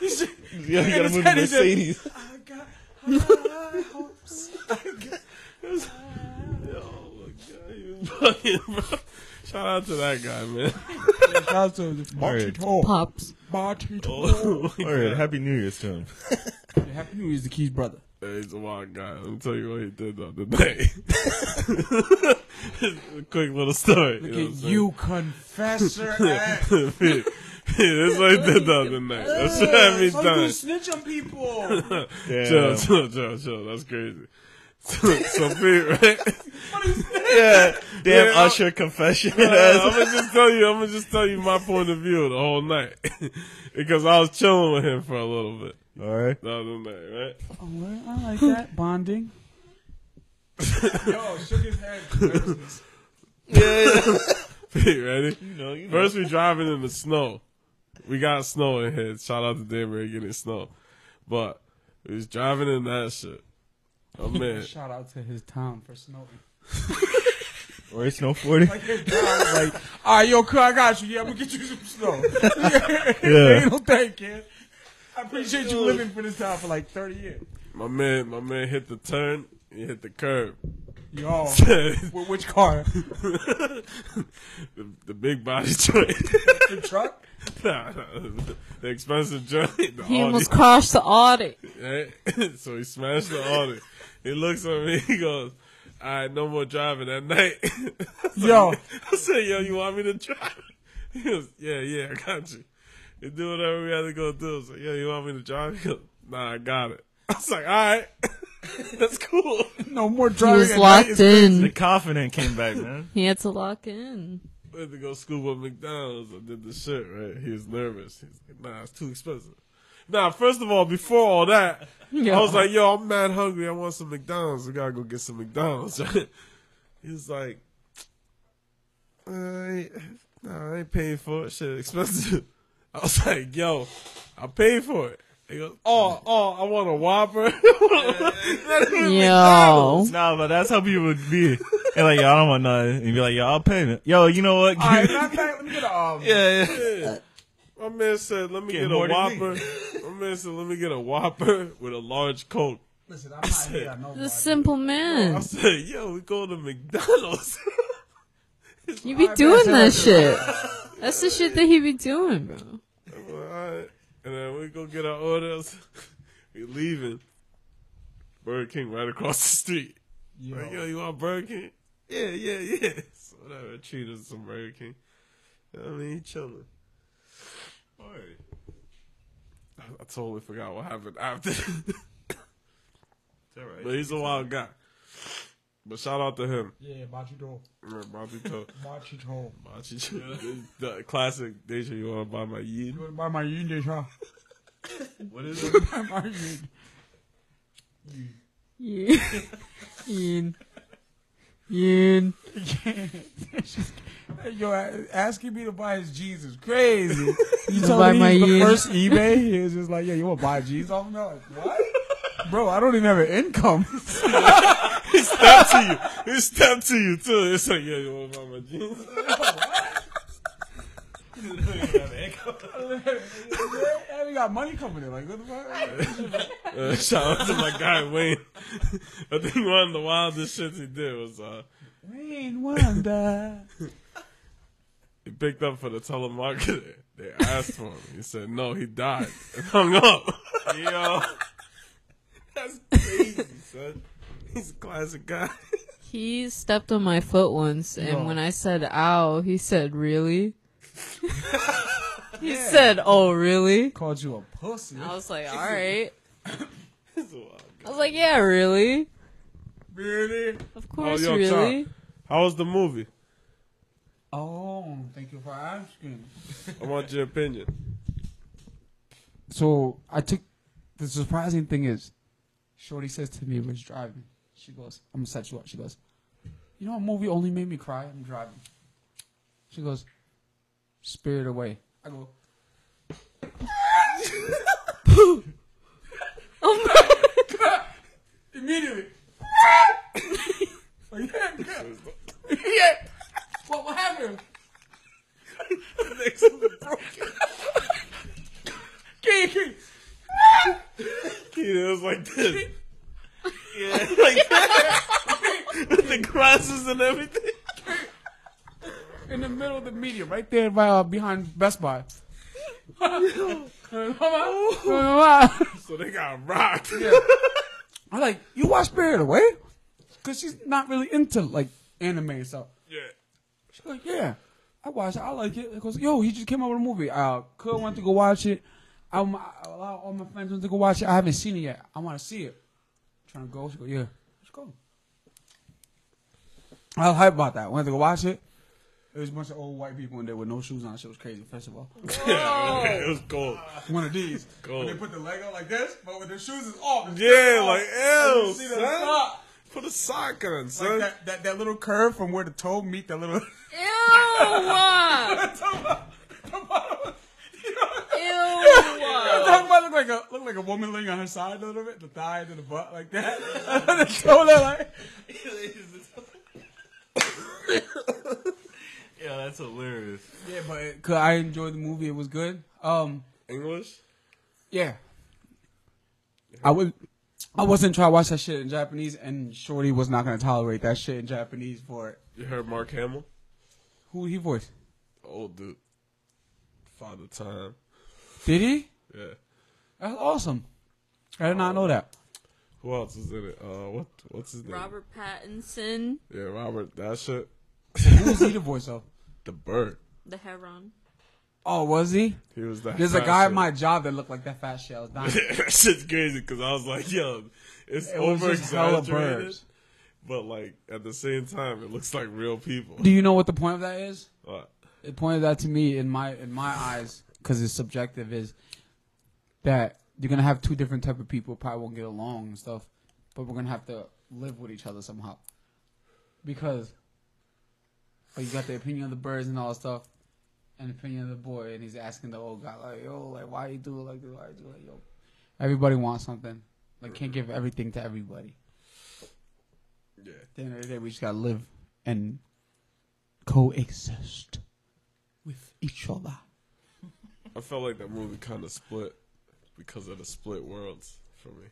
[SPEAKER 3] Yo, you gotta move
[SPEAKER 5] his
[SPEAKER 3] the
[SPEAKER 5] head, he said-
[SPEAKER 3] Mercedes.
[SPEAKER 5] I got high hopes.
[SPEAKER 2] Oh my god, he was bugging, bro. Shout out to that guy, man.
[SPEAKER 5] That's a Marty
[SPEAKER 3] Word.
[SPEAKER 5] Tall.
[SPEAKER 4] Pops.
[SPEAKER 5] Marty Tall.
[SPEAKER 2] Oh, my
[SPEAKER 3] All right,
[SPEAKER 2] God.
[SPEAKER 3] happy New Year's to him.
[SPEAKER 5] Happy New Year's, the Keys brother.
[SPEAKER 2] Hey, He's a wild guy. Let me tell you what he did the other day. a quick little story.
[SPEAKER 5] Look
[SPEAKER 2] know
[SPEAKER 5] at
[SPEAKER 2] what I'm
[SPEAKER 5] you, confessor. ass.
[SPEAKER 2] saying? This is what he did the other night. That's what I be
[SPEAKER 5] Some
[SPEAKER 2] done.
[SPEAKER 5] dudes snitch on people.
[SPEAKER 2] Chill, chill, chill, chill. That's crazy. So, so Pete, right?
[SPEAKER 3] Yeah, damn
[SPEAKER 2] Yeah, I'm-
[SPEAKER 3] Usher confession.
[SPEAKER 2] I'm
[SPEAKER 3] ass.
[SPEAKER 2] gonna just tell you. I'm gonna just tell you my point of view the whole night because I was chilling with him for a little bit
[SPEAKER 3] All right.
[SPEAKER 2] the other night, right?
[SPEAKER 5] Oh, well, I like that bonding. Yo, shook his head. nervousness.
[SPEAKER 2] Pete, ready?
[SPEAKER 3] No, you
[SPEAKER 2] First, we driving in the snow. We got snow in here. Shout out to Denver getting snow. But we was driving in that shit. Oh man,
[SPEAKER 5] Shout out to his town for snowing.
[SPEAKER 3] Or it's no forty.
[SPEAKER 5] Like his town, like, all right, yo, cuz, I got you. Yeah, I'm gonna get you some snow.
[SPEAKER 3] Yeah.
[SPEAKER 5] Ain't no thing, kid. I appreciate you living for this town for like 30 years.
[SPEAKER 2] my man, my man hit the turn. He hit the curb.
[SPEAKER 5] Yo,
[SPEAKER 2] the,
[SPEAKER 5] wh- which car?
[SPEAKER 2] the big body joint.
[SPEAKER 5] The truck?
[SPEAKER 2] Nah, nah, the expensive joint. The
[SPEAKER 4] He
[SPEAKER 2] Audi.
[SPEAKER 4] almost crashed the audit.
[SPEAKER 2] right? so he smashed the audit. He looks at me. He goes, "All right, no more driving that night."
[SPEAKER 5] Yo,
[SPEAKER 2] I said, "Yo, you want me to drive?" He goes, "Yeah, yeah, I got you." He do whatever we had to go do. I was like, "Yo, you want me to drive?" He goes, "Nah, I got it." I was like, "All right, that's cool."
[SPEAKER 5] no more
[SPEAKER 4] He
[SPEAKER 5] driving.
[SPEAKER 4] was
[SPEAKER 5] at night.
[SPEAKER 4] locked
[SPEAKER 5] It's crazy.
[SPEAKER 3] The
[SPEAKER 4] in.
[SPEAKER 3] confident came back, man.
[SPEAKER 4] He had to lock in.
[SPEAKER 2] We had to go scoop up McDonald's. I did the shit, right? He was nervous. He's like, nah, it's too expensive. Nah, first of all, before all that, I was like, yo, I'm mad hungry. I want some McDonald's. We gotta go get some McDonald's. he was like, I ain't, nah, I ain't paying for it. Shit, expensive. I was like, yo, I paid for it. He goes, oh, oh, I want a Whopper.
[SPEAKER 4] Yo.
[SPEAKER 3] Nah, but that's how people would be. And like, yo, I don't want nothing. And be like, yo, I'll pay it. Yo, you know what?
[SPEAKER 5] All right, matter of fact, let me get a, um,
[SPEAKER 3] yeah, yeah.
[SPEAKER 2] Yeah. My man said, let me
[SPEAKER 3] Get
[SPEAKER 2] get, a
[SPEAKER 3] more than me.
[SPEAKER 2] Whopper. My man said, let me get a Whopper with a large Coke.
[SPEAKER 5] Listen, I'm not here. I know
[SPEAKER 4] The simple
[SPEAKER 2] I
[SPEAKER 4] man.
[SPEAKER 2] said, yo, we go to McDonald's.
[SPEAKER 4] You be doing that shit. That's the shit that he be doing, bro.
[SPEAKER 2] I'm like, All right. And then we go get our orders. we leaving. Burger King right across the street.
[SPEAKER 5] Yo.
[SPEAKER 2] Like, yo, you want Burger King? Yeah, yeah, yeah. So whatever, treat us some Burger King. I mean, he chilling. All right. I, I totally forgot what happened after. But he's a wild guy. But shout out to him.
[SPEAKER 5] Yeah, Machito.
[SPEAKER 2] Yeah, Bobby Toe.
[SPEAKER 5] Machito.
[SPEAKER 2] Machi- the classic Deja, you want to buy my yin?
[SPEAKER 5] You wanna buy my union, huh?
[SPEAKER 2] What is it?
[SPEAKER 5] Buy my union.
[SPEAKER 4] Yeah. Yin. Yin.
[SPEAKER 5] Yo, asking me to buy his jeans is crazy. You
[SPEAKER 4] buy
[SPEAKER 5] told me
[SPEAKER 4] my
[SPEAKER 5] he's the
[SPEAKER 4] jeans.
[SPEAKER 5] first eBay, he was just like, "Yo, you want to buy jeans off me?" I'm Like, what? Bro, I don't even have an income.
[SPEAKER 2] He stepped to you. He stepped to you, too. It's like, yeah, you want to buy my jeans?
[SPEAKER 5] and we got money coming in. Like what the fuck?
[SPEAKER 2] Uh, shout out to my guy Wayne. I think one of the wildest shits he did was uh,
[SPEAKER 5] Wayne Wanda.
[SPEAKER 2] he picked up for the telemarketer. They asked for him. He said no, he died and hung up. Yo, that's crazy, son. He's a classic guy.
[SPEAKER 4] He stepped on my foot once, and when I said "ow," he said, "Really?" he said, "Oh, really?"
[SPEAKER 5] Called you a pussy.
[SPEAKER 4] I was like, "All right."
[SPEAKER 2] He's a wild guy.
[SPEAKER 4] I was like, "Yeah, really?
[SPEAKER 2] Really? Oh,
[SPEAKER 4] Of course,
[SPEAKER 2] yo,
[SPEAKER 4] really."
[SPEAKER 2] Tom. How was the movie?
[SPEAKER 5] Oh, thank you for asking.
[SPEAKER 2] I want your opinion.
[SPEAKER 5] So I took. The surprising thing is, Shorty says to me, "We're driving." She goes, "I'm gonna set you up." She goes, "You know, a movie only made me cry. I'm driving." She goes, "Spirit Away." I go,
[SPEAKER 4] Oh my!
[SPEAKER 5] immediately. like, yeah, yeah. Yeah. What, what happened? Key, key.
[SPEAKER 2] He was like this. Yeah, like with the glasses and everything.
[SPEAKER 5] In the middle of the medium, right there by, uh, behind Best Buy. I'm
[SPEAKER 2] So they got rocked.
[SPEAKER 5] like, you watch Spirit Away? Because she's not really into, like, anime and stuff.
[SPEAKER 2] yeah.
[SPEAKER 5] She's like, yeah, I watched it. I like it. It goes, yo, he just came out with a movie. Uh, Cole wanted to go watch it. I'm, I allow all my friends went to go watch it. I haven't seen it yet. I want to see it. trying to go. She go, yeah, let's go. I was hype about that. Went to go watch it. There was a bunch of old white people in there with no shoes on. Shit was crazy. First of all,
[SPEAKER 2] Yeah, it was cold.
[SPEAKER 5] one of these.
[SPEAKER 2] Cold.
[SPEAKER 5] When they put the leg out like this, but with their shoes is off.
[SPEAKER 2] Yeah, like
[SPEAKER 5] Oh,
[SPEAKER 2] ew,
[SPEAKER 5] you see the
[SPEAKER 2] son.
[SPEAKER 5] sock?
[SPEAKER 2] Put a sock on,
[SPEAKER 5] Like
[SPEAKER 2] son.
[SPEAKER 5] that, that, that little curve from where the toe meet that little.
[SPEAKER 4] Ew!
[SPEAKER 5] Yo,
[SPEAKER 4] Ew!
[SPEAKER 5] that might look like a look like a woman laying on her side a little bit, the thigh to the butt like that. the shoulder like
[SPEAKER 3] Yeah, that's hilarious.
[SPEAKER 5] Yeah, but it- cause I enjoyed the movie, it was good. Um
[SPEAKER 2] English?
[SPEAKER 5] yeah. I would I wasn't trying to watch that shit in Japanese and Shorty was not gonna tolerate that shit in Japanese for it.
[SPEAKER 2] You heard Mark Hamill?
[SPEAKER 5] Who he voiced?
[SPEAKER 2] Old dude. Father Time.
[SPEAKER 5] Did he?
[SPEAKER 2] Yeah.
[SPEAKER 5] That's awesome. I did not know that.
[SPEAKER 2] Who else is in it? Uh, what what's his name?
[SPEAKER 4] Robert Pattinson,
[SPEAKER 2] Yeah, Robert. That shit.
[SPEAKER 5] Who was he the voice of?
[SPEAKER 2] The bird.
[SPEAKER 4] the Heron.
[SPEAKER 5] Oh, was he?
[SPEAKER 2] He was that.
[SPEAKER 5] There's a
[SPEAKER 2] fat
[SPEAKER 5] guy at
[SPEAKER 2] shit.
[SPEAKER 5] my job that looked like that fat shit. I was dying.
[SPEAKER 2] that shit's crazy because I was like, yo, it's
[SPEAKER 5] It was
[SPEAKER 2] over
[SPEAKER 5] just hella
[SPEAKER 2] exaggerated,
[SPEAKER 5] birds.
[SPEAKER 2] but like at the same time, it looks like real people.
[SPEAKER 5] Do you know what the point of that is?
[SPEAKER 2] Uh,
[SPEAKER 5] it pointed out to me in my in my eyes because it's subjective is that you're gonna have two different type of people probably won't get along and stuff but we're gonna have to live with each other somehow because like, you got the opinion of the birds and all that stuff and the opinion of the boy and he's asking the old guy like yo like why you do it like this why you do it like yo everybody wants something like can't give everything to everybody
[SPEAKER 2] yeah.
[SPEAKER 5] at the end of the day we just gotta live and coexist with each other
[SPEAKER 2] I felt like that movie kind of split because of the split worlds for me.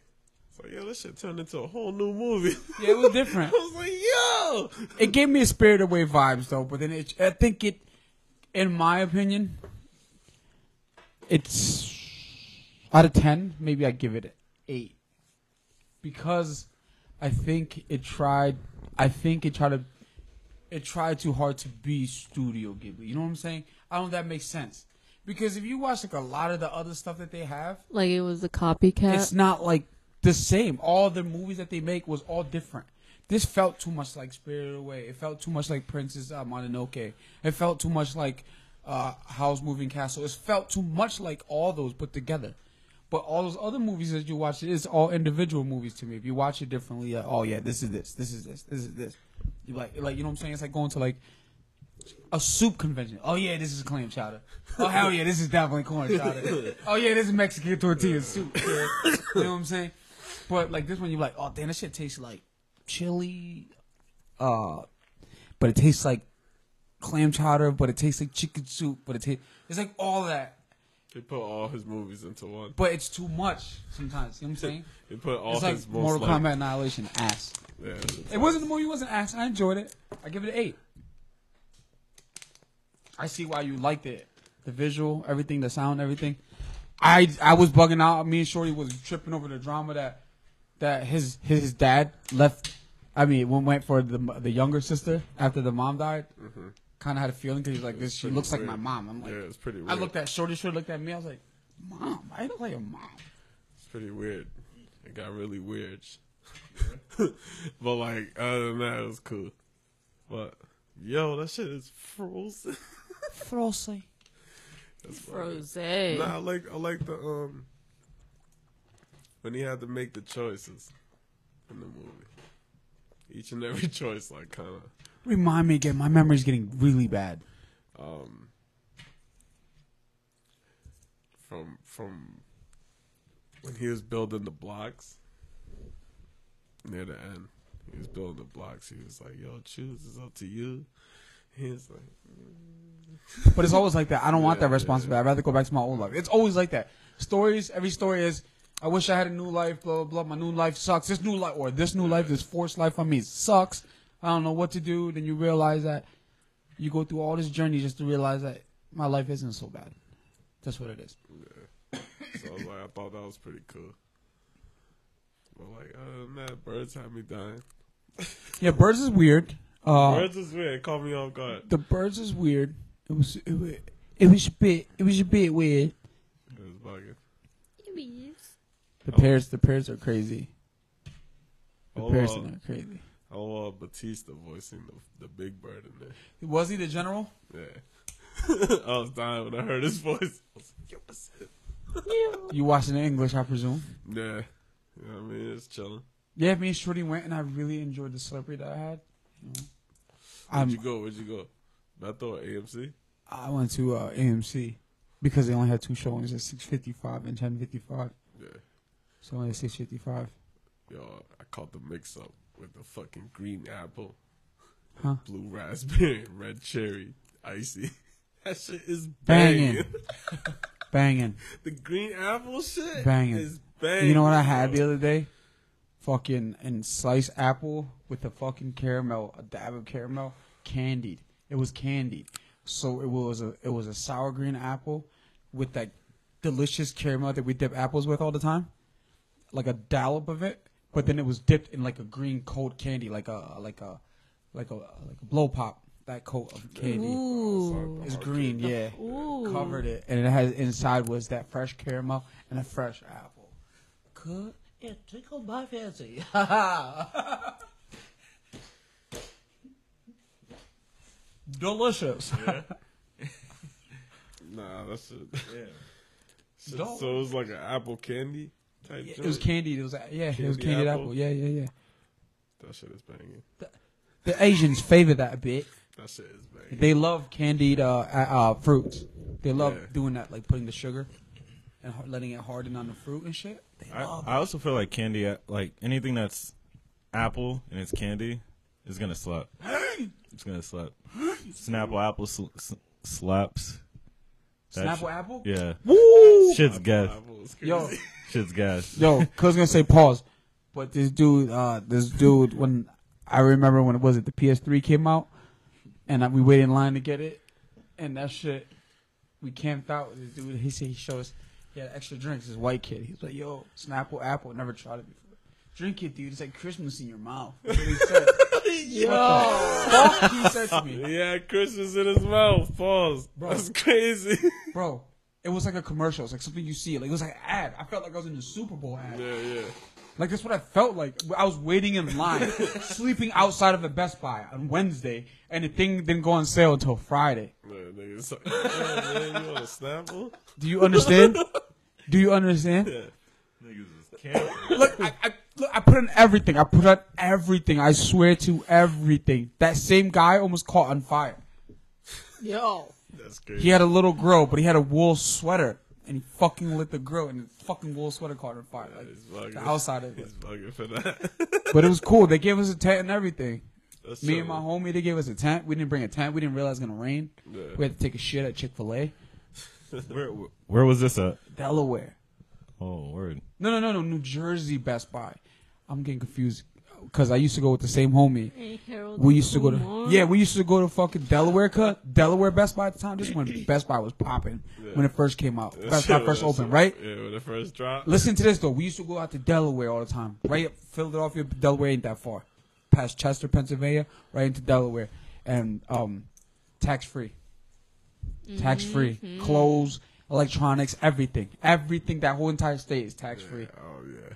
[SPEAKER 2] It's like, yo, this shit turned into a whole new movie.
[SPEAKER 5] Yeah, it was different.
[SPEAKER 2] I was like, yo,
[SPEAKER 5] It gave me a Spirit Away vibes though, but then it, I think it, in my opinion, it's out of ten. Maybe I give it an eight because I think it tried. I think it tried to. It tried too hard to be Studio Ghibli. You know what I'm saying? I don't know if that makes sense because if you watch like a lot of the other stuff that they have,
[SPEAKER 4] Like it was a copycat.
[SPEAKER 5] it's not like the same. All the movies that they make was all different. This felt too much like Spirited Away. It felt too much like Princess uh, Mononoke. It felt too much like uh, Howl's Moving Castle. It felt too much like all those put together. But all those other movies that you watch, it's all individual movies to me. If you watch it differently, like, oh yeah, this is this, this is this, this is this. You like, like you know what I'm saying? It's like going to like a soup convention. Oh yeah, this is clam chowder. Oh hell yeah, this is definitely corn chowder. Oh yeah, this is Mexican tortilla soup. Yeah. You know what I'm saying? But like this one, you're like, oh damn, that shit tastes like chili, uh, but it tastes like clam chowder, but it tastes like chicken soup, but it tastes it's like all that.
[SPEAKER 2] They put all his movies into one.
[SPEAKER 5] But it's too much sometimes. You know what I'm saying?
[SPEAKER 2] They put all
[SPEAKER 5] it's like
[SPEAKER 2] his most
[SPEAKER 5] Mortal
[SPEAKER 2] like-
[SPEAKER 5] Kombat Annihilation ass.
[SPEAKER 2] Yeah,
[SPEAKER 5] It wasn't the movie. It wasn't ass. and I enjoyed it. I give it an eight. I see why you liked it. The visual, everything, the sound, everything. I I was bugging out. Me and Shorty was tripping over the drama that that his his dad left. I mean, one went for the the younger sister after the mom died. Kind of had a feeling because he's like, this she
[SPEAKER 2] Mm-hmm. pretty
[SPEAKER 5] looks like
[SPEAKER 2] weird.
[SPEAKER 5] my mom. I'm like,
[SPEAKER 2] yeah, it's pretty weird.
[SPEAKER 5] I looked at Shorty. Shorty looked at me. I was like, mom, I look like a mom.
[SPEAKER 2] It's pretty weird. It got really weird. but like other than that, it was cool. But yo, that shit is frozen.
[SPEAKER 5] Frosty.
[SPEAKER 4] Rose.
[SPEAKER 2] Nah, I like I like the um when he had to make the choices in the movie. Each and every choice, like kind of
[SPEAKER 5] Remind me again. My memory's getting really bad.
[SPEAKER 2] um, from from when he was building the blocks near the end. He was building the blocks. He was like, "Yo, choose. It's up to you." He was like,
[SPEAKER 5] But it's always like that. I don't want that
[SPEAKER 2] Yeah,
[SPEAKER 5] responsibility. I'd rather go back to my old life. It's always like that. Stories, every story is, I wish I had a new life, blah, blah, blah. My new life sucks. This new life, or this new life, this forced life on me sucks. I don't know what to do. Then you realize that you go through all this journey just to realize that my life isn't so bad. That's what it is.
[SPEAKER 2] "So I was like, I thought that was pretty cool." But like, other than that, birds had me dying.
[SPEAKER 5] Yeah, Birds is weird. Uh,
[SPEAKER 2] Birds was weird. It caught me off guard.
[SPEAKER 5] The Birds is weird. It was, it was, it was a bit, it was a bit weird.
[SPEAKER 2] It was bugging.
[SPEAKER 5] The pairs, the pairs are crazy. The
[SPEAKER 2] Oh. Hold
[SPEAKER 5] pairs
[SPEAKER 2] on.
[SPEAKER 5] are crazy.
[SPEAKER 2] Oh, uh, Batista voicing the, the big bird in there.
[SPEAKER 5] Was he the general?
[SPEAKER 2] Yeah. I was dying when I heard his voice. I was like, yo, what's it?
[SPEAKER 5] You watching in English, I presume.
[SPEAKER 2] Yeah. You know what I mean? It's chilling.
[SPEAKER 5] Yeah, me and Shorty went, and I really enjoyed the celebrity that I had. You know.
[SPEAKER 2] Where'd
[SPEAKER 5] I'm-
[SPEAKER 2] you go? Where'd you go? Bethel or AMC?
[SPEAKER 5] I went to uh, AMC because they only had two showings at 6:55 and 10:55.
[SPEAKER 2] Yeah.
[SPEAKER 5] So only at 6:55,
[SPEAKER 2] Yo, I caught the mix up with the fucking green apple,
[SPEAKER 5] huh?
[SPEAKER 2] blue raspberry, and red cherry, icy. That shit is banging.
[SPEAKER 5] Banging, banging.
[SPEAKER 2] The green apple shit
[SPEAKER 5] Banging.
[SPEAKER 2] is banging.
[SPEAKER 5] You know what I had the
[SPEAKER 2] bro.
[SPEAKER 5] other day? Fucking and sliced apple with a fucking caramel, a dab of caramel, candied. It was candied, so it was a it was a sour green apple with that delicious caramel that we dip apples with all the time, like a dollop of it. But then it was dipped in like a green cold candy, like a like a like a like a blow pop. That coat of candy
[SPEAKER 4] Ooh.
[SPEAKER 5] is green, yeah
[SPEAKER 4] Ooh.
[SPEAKER 5] covered it, and it has inside was that fresh caramel and a fresh apple. Good.
[SPEAKER 6] It tickled my fancy.
[SPEAKER 5] Delicious.
[SPEAKER 2] Nah, that shit. Yeah. so, so it was like an apple candy type
[SPEAKER 5] it was
[SPEAKER 2] joint?
[SPEAKER 5] candied. It was yeah. it was
[SPEAKER 2] Candied
[SPEAKER 5] candied
[SPEAKER 2] apple.
[SPEAKER 5] apple. Yeah, yeah, yeah.
[SPEAKER 2] That shit is banging.
[SPEAKER 5] The Asians favor that a bit.
[SPEAKER 2] That shit is banging.
[SPEAKER 5] They love candied uh, uh, uh, fruits. They love
[SPEAKER 2] Yeah.
[SPEAKER 5] doing that, like putting the sugar and har- letting it harden on the fruit and shit. They
[SPEAKER 3] I,
[SPEAKER 5] love.
[SPEAKER 3] I also feel like candy, uh, like anything that's apple and it's candy, is gonna slap. It's gonna slap. Snapple apple sl- s- slaps. That
[SPEAKER 5] Snapple
[SPEAKER 3] shit-
[SPEAKER 5] apple.
[SPEAKER 3] Yeah,
[SPEAKER 5] Woo!
[SPEAKER 3] shit's gas.
[SPEAKER 2] Apple is crazy.
[SPEAKER 5] Yo,
[SPEAKER 3] Shit's gas.
[SPEAKER 5] Yo, cuz gonna say pause. But this dude, uh, this dude, when I remember when it was it the PS3 came out, and uh, we waited in line to get it, and that shit, we camped out with this dude. He said he showed us he had extra drinks. This white kid, he was like, "Yo, Snapple Apple, never tried it before. Drink it, dude. It's like Christmas in your mouth." That's what he said. Yo, what the fuck he said to me,
[SPEAKER 2] Yeah, Christmas in his mouth. Pause.
[SPEAKER 5] Bro.
[SPEAKER 2] That's crazy.
[SPEAKER 5] bro. It was like a commercial. It's like something you see. Like it was like an ad. I felt like I was in a Super Bowl ad.
[SPEAKER 2] yeah, yeah.
[SPEAKER 5] Like that's what I felt like. I was waiting in line, sleeping outside of a Best Buy on Wednesday, and the thing didn't go on sale until Friday.
[SPEAKER 2] Man, nigga, it's like, yeah, man, you want a Snapple?
[SPEAKER 5] Do you understand? Do you understand? Look, I, I, look, I put on everything. I put on everything. I swear to everything. That same guy almost caught on fire.
[SPEAKER 4] Yo.
[SPEAKER 2] That's crazy.
[SPEAKER 5] He had a little grill, but he had a wool sweater, and he fucking lit the grill, and the fucking wool sweater caught on fire. Like,
[SPEAKER 2] He's bugging.
[SPEAKER 5] the outside of it.
[SPEAKER 2] He's bugging for that.
[SPEAKER 5] But it was cool. They gave us a tent and everything.
[SPEAKER 2] That's
[SPEAKER 5] Me and
[SPEAKER 2] true.
[SPEAKER 5] my homie, they gave us a tent. We didn't bring a tent. We didn't realize it was gonna rain.
[SPEAKER 2] Yeah.
[SPEAKER 5] We had to take a shit at Chick Fil A,
[SPEAKER 3] Where, where was this at?
[SPEAKER 5] Delaware.
[SPEAKER 3] Oh, word.
[SPEAKER 5] No, no, no, no, New Jersey Best Buy. I'm getting confused because I used to go with the same homie. We used to go to yeah, we used to go to fucking Delaware cut Delaware Best Buy at the time. This is when Best Buy was popping when it first came out.
[SPEAKER 2] That
[SPEAKER 5] Best
[SPEAKER 2] shit
[SPEAKER 5] Buy first
[SPEAKER 2] was-
[SPEAKER 5] opened, right?
[SPEAKER 2] Yeah, when it first dropped.
[SPEAKER 5] Uh, Listen to this though. We used to go out to Delaware all the time. Right up Philadelphia, Delaware ain't that far. Past Chester, Pennsylvania, right into Delaware, and um, tax free, tax free, clothes, electronics, everything, everything. That whole entire state is tax free.
[SPEAKER 2] Oh yeah.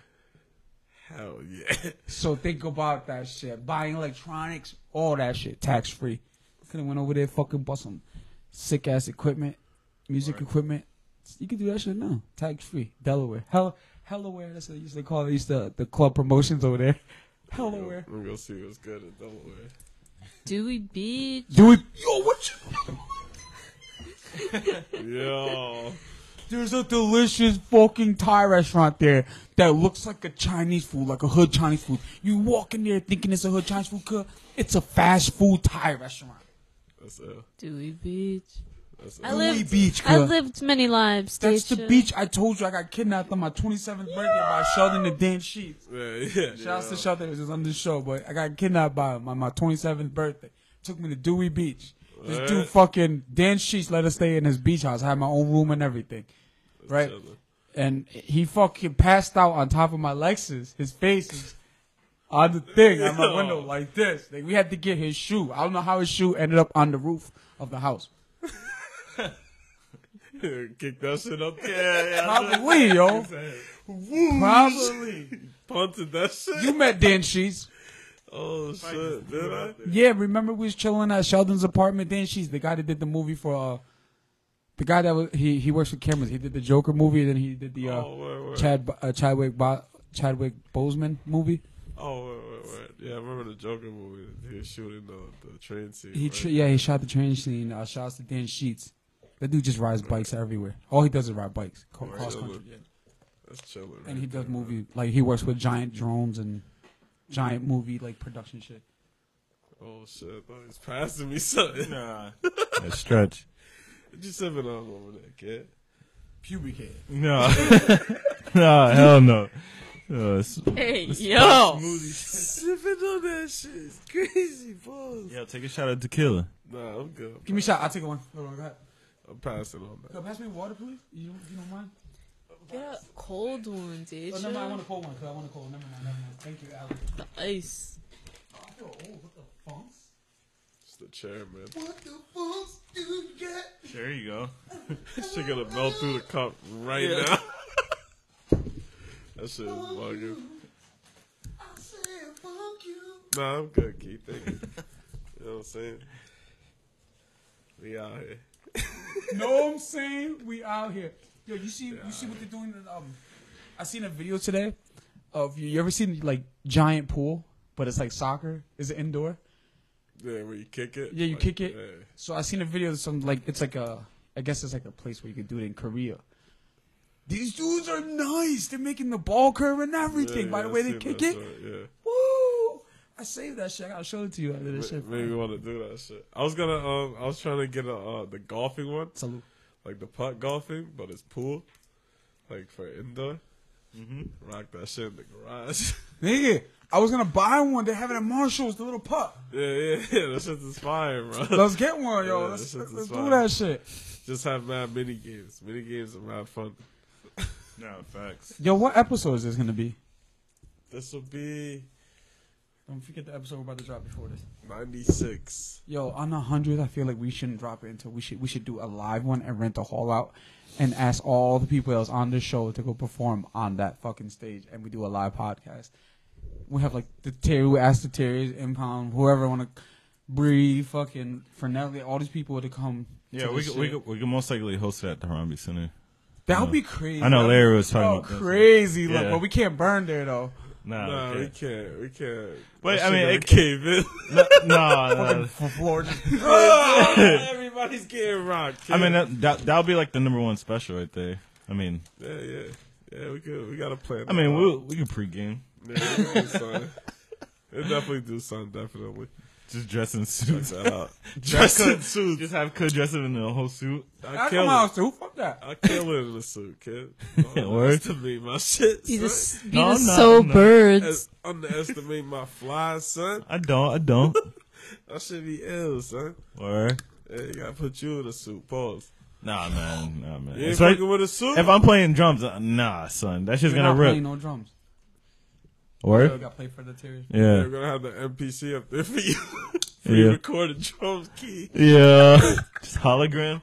[SPEAKER 2] Hell yeah.
[SPEAKER 5] So think about that shit. Buying electronics, all that shit, tax free. Could have went over there, fucking bought some sick ass equipment, music equipment. You can do that shit now, tax free. Delaware, hell, Hellaware. That's what they used to call it. Used to the club promotions over there. Hellaware.
[SPEAKER 2] We're gonna see what's good in Delaware.
[SPEAKER 4] Dewey Beach.
[SPEAKER 5] Do it, yo. What you?
[SPEAKER 2] Yo.
[SPEAKER 5] There's a delicious fucking Thai restaurant there that looks like a Chinese food, like a hood Chinese food. You walk in there thinking it's a hood Chinese food, cuh, it's a fast food Thai restaurant.
[SPEAKER 2] That's it.
[SPEAKER 4] Dewey Beach.
[SPEAKER 2] That's it.
[SPEAKER 4] I lived.
[SPEAKER 5] Beach,
[SPEAKER 4] I
[SPEAKER 5] cuh.
[SPEAKER 4] lived many lives.
[SPEAKER 5] That's the
[SPEAKER 4] Daisha.
[SPEAKER 5] beach I told you I got kidnapped on my 27th birthday by Sheldon the Dan Sheets.
[SPEAKER 2] Yeah, yeah.
[SPEAKER 5] Shout out to Sheldon, who's on this show, but I got kidnapped by him on my 27th birthday. Took me to Dewey Beach. This
[SPEAKER 2] Alright.
[SPEAKER 5] dude fucking Dan Sheets let us stay in his beach house. I had my own room and everything. Right?
[SPEAKER 2] chillin'.
[SPEAKER 5] And he fucking passed out on top of my Lexus. His face is on the thing, on my window, like this. Like, we had to get his shoe. I don't know how his shoe ended up on the roof of the house.
[SPEAKER 2] Kick that shit up. Yeah, yeah.
[SPEAKER 5] Probably, yo. Probably.
[SPEAKER 2] Punted that shit.
[SPEAKER 5] You met Dan Sheets.
[SPEAKER 2] oh shit, did I?
[SPEAKER 5] Yeah, remember we was chilling at Sheldon's apartment. Then she's the guy that did the movie for uh, the guy that was he he works with cameras. He did the Joker movie, and then he did the uh,
[SPEAKER 2] Oh, word, word.
[SPEAKER 5] Chad Bo- uh, Chadwick Bo- Chadwick Boseman movie.
[SPEAKER 2] Oh wait, wait, wait. Yeah, I remember the Joker movie. He was shooting the, the train scene.
[SPEAKER 5] He
[SPEAKER 2] right?
[SPEAKER 5] tr- yeah he shot the train scene. Uh, shouts to Dan Sheets. That dude just rides bikes everywhere. All he does is ride bikes co- cross country,
[SPEAKER 2] That's chilling.
[SPEAKER 5] and he does movie like he works with giant drones and giant movie like production shit.
[SPEAKER 2] oh shit, I thought he was passing me something.
[SPEAKER 3] Nah. stretch.
[SPEAKER 2] What you sipping on over there, kid?
[SPEAKER 5] Pubic head.
[SPEAKER 3] No. nah, hell no. Uh, s-
[SPEAKER 4] Hey, yo.
[SPEAKER 2] sipping on that shit is crazy, boss.
[SPEAKER 3] yeah, take a shot of tequila.
[SPEAKER 2] Nah, I'm good.
[SPEAKER 5] Give me a shot. I'll take one. Hold on, go ahead.
[SPEAKER 2] I'm passing on that.
[SPEAKER 5] Yo, pass me water, please. You, you don't mind?
[SPEAKER 4] Get a cold one,
[SPEAKER 5] Oh, never mind, I want
[SPEAKER 4] Daisha.
[SPEAKER 5] to cold one because I want to cold. Never mind, never mind. Thank you, Alex.
[SPEAKER 4] The ice.
[SPEAKER 5] I feel old. What the funks?
[SPEAKER 2] It's the chair, man.
[SPEAKER 5] What the funks do you get?
[SPEAKER 3] There you go.
[SPEAKER 2] That shit gonna melt through the cup right now. that shit is bugging.
[SPEAKER 5] I said fuck you.
[SPEAKER 2] Nah, I'm good, Keith. Thank you. you know what I'm saying? We out here.
[SPEAKER 5] know what I'm saying? We out here. Yo, you see, you see what they're doing? in, Um, I seen a video today of you. You ever seen like giant pool, but it's like soccer? Is it indoor?
[SPEAKER 2] Yeah, where you kick it?
[SPEAKER 5] Yeah, you
[SPEAKER 2] Like,
[SPEAKER 5] kick it.
[SPEAKER 2] yeah.
[SPEAKER 5] So I seen a video of some like it's like a I guess it's like a place where you could do it in Korea. These dudes are nice. They're making the ball curve and everything.
[SPEAKER 2] Yeah,
[SPEAKER 5] By the
[SPEAKER 2] yeah,
[SPEAKER 5] way,
[SPEAKER 2] I
[SPEAKER 5] they
[SPEAKER 2] seen
[SPEAKER 5] kick
[SPEAKER 2] that
[SPEAKER 5] it.
[SPEAKER 2] shit, yeah.
[SPEAKER 5] Woo! I saved that shit. I gotta show it to you after this shit.
[SPEAKER 2] Made me
[SPEAKER 5] bro.
[SPEAKER 2] want to do that shit. I was gonna, um, I was trying to get a uh, the golfing one,
[SPEAKER 5] Salute.
[SPEAKER 2] like the putt golfing, but it's pool, like for indoor. Mm-hmm. Rock that shit in the garage.
[SPEAKER 5] Nigga, I was gonna buy one. They have it at Marshalls, the little pup.
[SPEAKER 2] yeah, yeah, yeah. That shit's inspiring, bro.
[SPEAKER 5] Let's get one, yo.
[SPEAKER 2] Yeah,
[SPEAKER 5] let's
[SPEAKER 2] that shit's
[SPEAKER 5] let's do
[SPEAKER 2] fire.
[SPEAKER 5] that shit.
[SPEAKER 2] Just have mad mini games. Mini games are mad fun.
[SPEAKER 3] No, facts.
[SPEAKER 5] Yo, what episode is this gonna be?
[SPEAKER 2] This will be
[SPEAKER 5] Don't forget the episode we're about to drop before this.
[SPEAKER 2] ninety six.
[SPEAKER 5] Yo, on the hundredth, I feel like we shouldn't drop it until we should we should do a live one and rent the hall out and ask all the people that was on the show to go perform on that fucking stage and we do a live podcast. We have like the Terry, we ask the Terry's impound, whoever wanna breathe, fucking Fernelli, all these people to come.
[SPEAKER 3] Yeah,
[SPEAKER 5] to
[SPEAKER 3] we
[SPEAKER 5] this
[SPEAKER 3] could, we
[SPEAKER 5] shit.
[SPEAKER 3] could, we could most likely host it at the Harambe Center.
[SPEAKER 5] That
[SPEAKER 3] Yeah.
[SPEAKER 5] would be crazy.
[SPEAKER 3] I know
[SPEAKER 5] That'd
[SPEAKER 3] Larry
[SPEAKER 5] be-
[SPEAKER 3] was talking
[SPEAKER 5] oh,
[SPEAKER 3] about that, so-
[SPEAKER 5] crazy. Look,
[SPEAKER 3] Yeah.
[SPEAKER 5] but we can't burn there though.
[SPEAKER 3] Nah,
[SPEAKER 2] Nah,
[SPEAKER 3] Oh, okay.
[SPEAKER 2] we can't. We can't.
[SPEAKER 3] Wait,
[SPEAKER 2] That
[SPEAKER 3] I
[SPEAKER 2] shit
[SPEAKER 3] mean,
[SPEAKER 2] gonna
[SPEAKER 3] it-
[SPEAKER 2] cave in.
[SPEAKER 3] nah, nah.
[SPEAKER 5] For Florida.
[SPEAKER 2] Everybody's getting rocked.
[SPEAKER 3] I
[SPEAKER 2] kid.
[SPEAKER 3] mean, that, that that'll be like the number one special right there. I mean,
[SPEAKER 2] yeah, yeah, yeah. We could. We got to plan.
[SPEAKER 3] I mean, we we can pregame.
[SPEAKER 2] Yeah, we can do something. We'll definitely do something. Definitely.
[SPEAKER 3] Just dress in suits.
[SPEAKER 2] that out.
[SPEAKER 3] Dress
[SPEAKER 2] Dress in
[SPEAKER 3] Kid-
[SPEAKER 2] suits.
[SPEAKER 3] Just have Kid dress him in a whole suit.
[SPEAKER 2] I
[SPEAKER 5] I
[SPEAKER 2] kill
[SPEAKER 5] come
[SPEAKER 2] it.
[SPEAKER 5] out too. Fuck that.
[SPEAKER 2] I kill it in a suit, kid. Don't
[SPEAKER 3] Word.
[SPEAKER 2] underestimate my shit.
[SPEAKER 4] Be the,
[SPEAKER 2] son.
[SPEAKER 4] s- be
[SPEAKER 3] No,
[SPEAKER 4] the
[SPEAKER 3] no,
[SPEAKER 4] so
[SPEAKER 3] no.
[SPEAKER 4] birds.
[SPEAKER 2] As- Underestimate my fly, son.
[SPEAKER 3] I don't. I don't.
[SPEAKER 2] I should be ill, son.
[SPEAKER 3] or
[SPEAKER 2] Hey, I gotta put you in a suit. Pause.
[SPEAKER 3] nah, man. Nah, man.
[SPEAKER 2] You ain't
[SPEAKER 3] It's like-
[SPEAKER 2] fucking with a suit.
[SPEAKER 3] if I'm playing drums, uh, nah, son. That shit's
[SPEAKER 5] You're
[SPEAKER 3] gonna
[SPEAKER 5] not
[SPEAKER 3] rip.
[SPEAKER 5] playing no drums. You
[SPEAKER 3] Or
[SPEAKER 5] got played for the Terriers.
[SPEAKER 2] They're
[SPEAKER 3] yeah,
[SPEAKER 2] gonna have the MPC up there for you.
[SPEAKER 3] Yeah.
[SPEAKER 2] Pre-recorded drums key,
[SPEAKER 3] yeah. just hologram.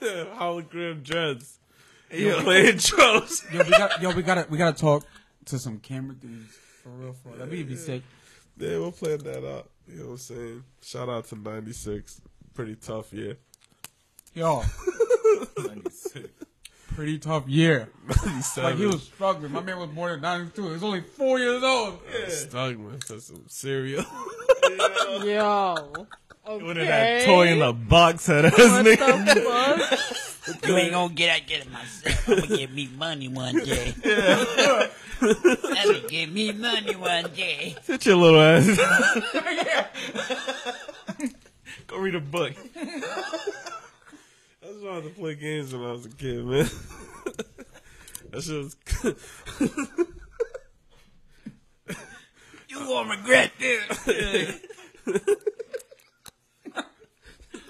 [SPEAKER 2] hologram dreads. And You're playing drums.
[SPEAKER 5] Yo, we got yo, we gotta we gotta talk to some camera dudes for real. For real. that'd be, be sick.
[SPEAKER 2] yeah, we'll plan that out. You know what I'm saying? Shout out to '96. Pretty tough year.
[SPEAKER 5] Yo, pretty tough year. Like he was struggling. My man was more than 92. He was only four years old.
[SPEAKER 2] Stugman for some cereal.
[SPEAKER 4] Yo.
[SPEAKER 3] Put in that toy in the box head ass nigga.
[SPEAKER 4] fuck?
[SPEAKER 6] You ain't gonna get I get it myself. I'ma give me money one day. I'ma give me money one day.
[SPEAKER 3] Sit your little ass. Go read a book.
[SPEAKER 2] I just wanted to play games when I was a kid, man. that shit was.
[SPEAKER 6] You gonna regret this.
[SPEAKER 2] I'm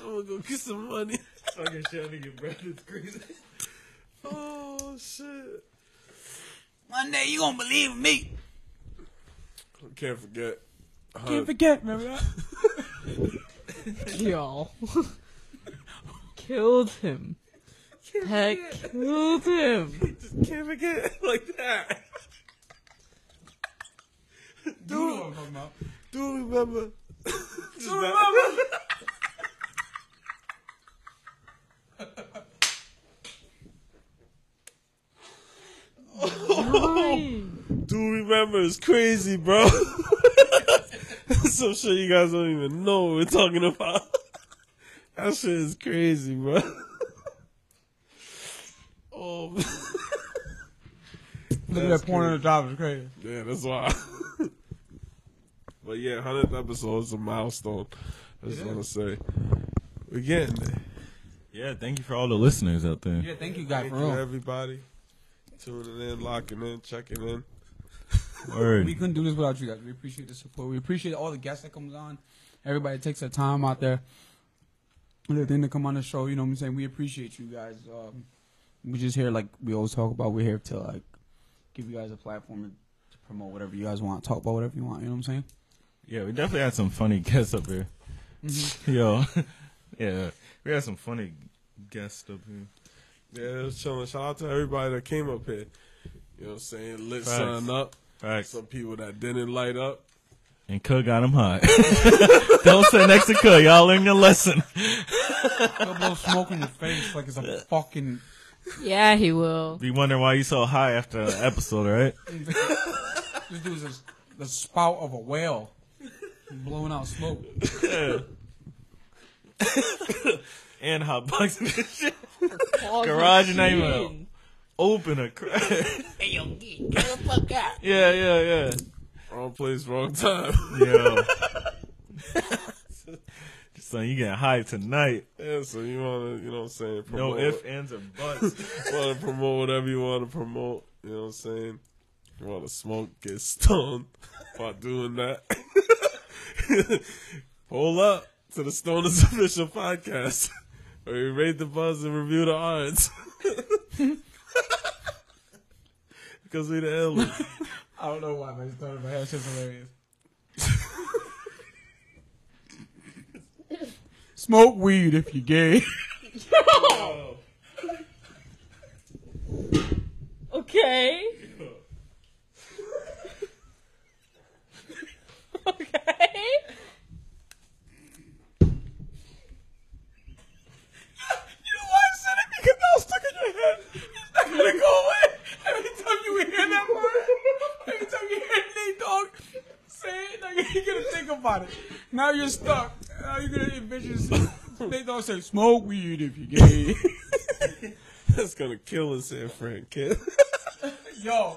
[SPEAKER 2] gonna go get some money.
[SPEAKER 3] Fucking shit, nigga, breath is crazy.
[SPEAKER 2] Oh shit!
[SPEAKER 6] One day you gonna believe in me.
[SPEAKER 2] Can't forget.
[SPEAKER 5] Can't forget, remember
[SPEAKER 4] Yo. killed him. Heck, killed him.
[SPEAKER 2] Can't forget like that.
[SPEAKER 5] Dude, about.
[SPEAKER 2] Do remember? Do
[SPEAKER 5] remember?
[SPEAKER 2] Do remember is crazy, bro. Some shit you guys don't even know what we're talking about. that shit is crazy, bro. oh, man.
[SPEAKER 5] Look at
[SPEAKER 2] That's
[SPEAKER 5] that porn on the job. It's crazy.
[SPEAKER 2] yeah, that's why. but yeah, hundredth episode is a milestone. I just want to say, we're getting there.
[SPEAKER 3] Yeah, thank you for all the listeners out there.
[SPEAKER 5] Yeah, thank you guys
[SPEAKER 2] Thank
[SPEAKER 5] for
[SPEAKER 2] you,
[SPEAKER 5] real.
[SPEAKER 2] everybody, tuning in, locking in, checking in.
[SPEAKER 5] We
[SPEAKER 3] Word.
[SPEAKER 5] couldn't do this without you guys. We appreciate the support. We appreciate all the guests that comes on. Everybody that takes their time out there. The thing to come on the show, you know what I'm saying? We appreciate you guys. Um, we just here like we always talk about. We're here to like give you guys a platform to, to promote whatever you guys want, talk about whatever you want. You know what I'm saying?
[SPEAKER 3] Yeah, we definitely had some funny guests up here. Yo, yeah, we had some funny guests up here.
[SPEAKER 2] Yeah, it was chilling. Shout out to everybody that came up here. You know what I'm saying? Lit
[SPEAKER 3] Facts.
[SPEAKER 2] something up.
[SPEAKER 3] Facts.
[SPEAKER 2] Some people that didn't light up.
[SPEAKER 3] And Cook got him hot. Don't sit next to Cook. Y'all learn your lesson.
[SPEAKER 5] They'll blow smoke in your face like it's a fucking.
[SPEAKER 4] Yeah, he will.
[SPEAKER 3] Be wondering why you so high after an episode, right?
[SPEAKER 5] This dude's a, the spout of a whale, blowing out smoke.
[SPEAKER 3] And hot boxing and shit. Garage and I will. Open a crack.
[SPEAKER 6] Hey yo, get the fuck out.
[SPEAKER 3] Yeah, yeah,
[SPEAKER 2] Wrong place, wrong time.
[SPEAKER 3] yeah. Yo. Son, you getting high tonight.
[SPEAKER 2] yeah, so you wanna, you know what I'm saying?
[SPEAKER 3] No
[SPEAKER 2] Promote,
[SPEAKER 3] ifs, ands, or buts.
[SPEAKER 2] wanna promote whatever you wanna promote. You know what I'm saying? You wanna smoke, get stoned by doing that. Hold up to the Stoners Official Podcast. Where we rate the buzz and review the odds. Because we the illest.
[SPEAKER 5] I don't know why, but it's started my head. It's just hilarious. Smoke weed if you gay.
[SPEAKER 4] Okay. okay.
[SPEAKER 5] You know why I said it? Because that was stuck in your head. It's not gonna go away. Every time you hear that word, every time you hear Nate Dog say it, now you're gonna think about it. Now you're stuck. Now you're gonna envision Nate Dog say, "Smoke weed if you gay."
[SPEAKER 2] That's gonna kill us San Frank, kid.
[SPEAKER 5] Yo,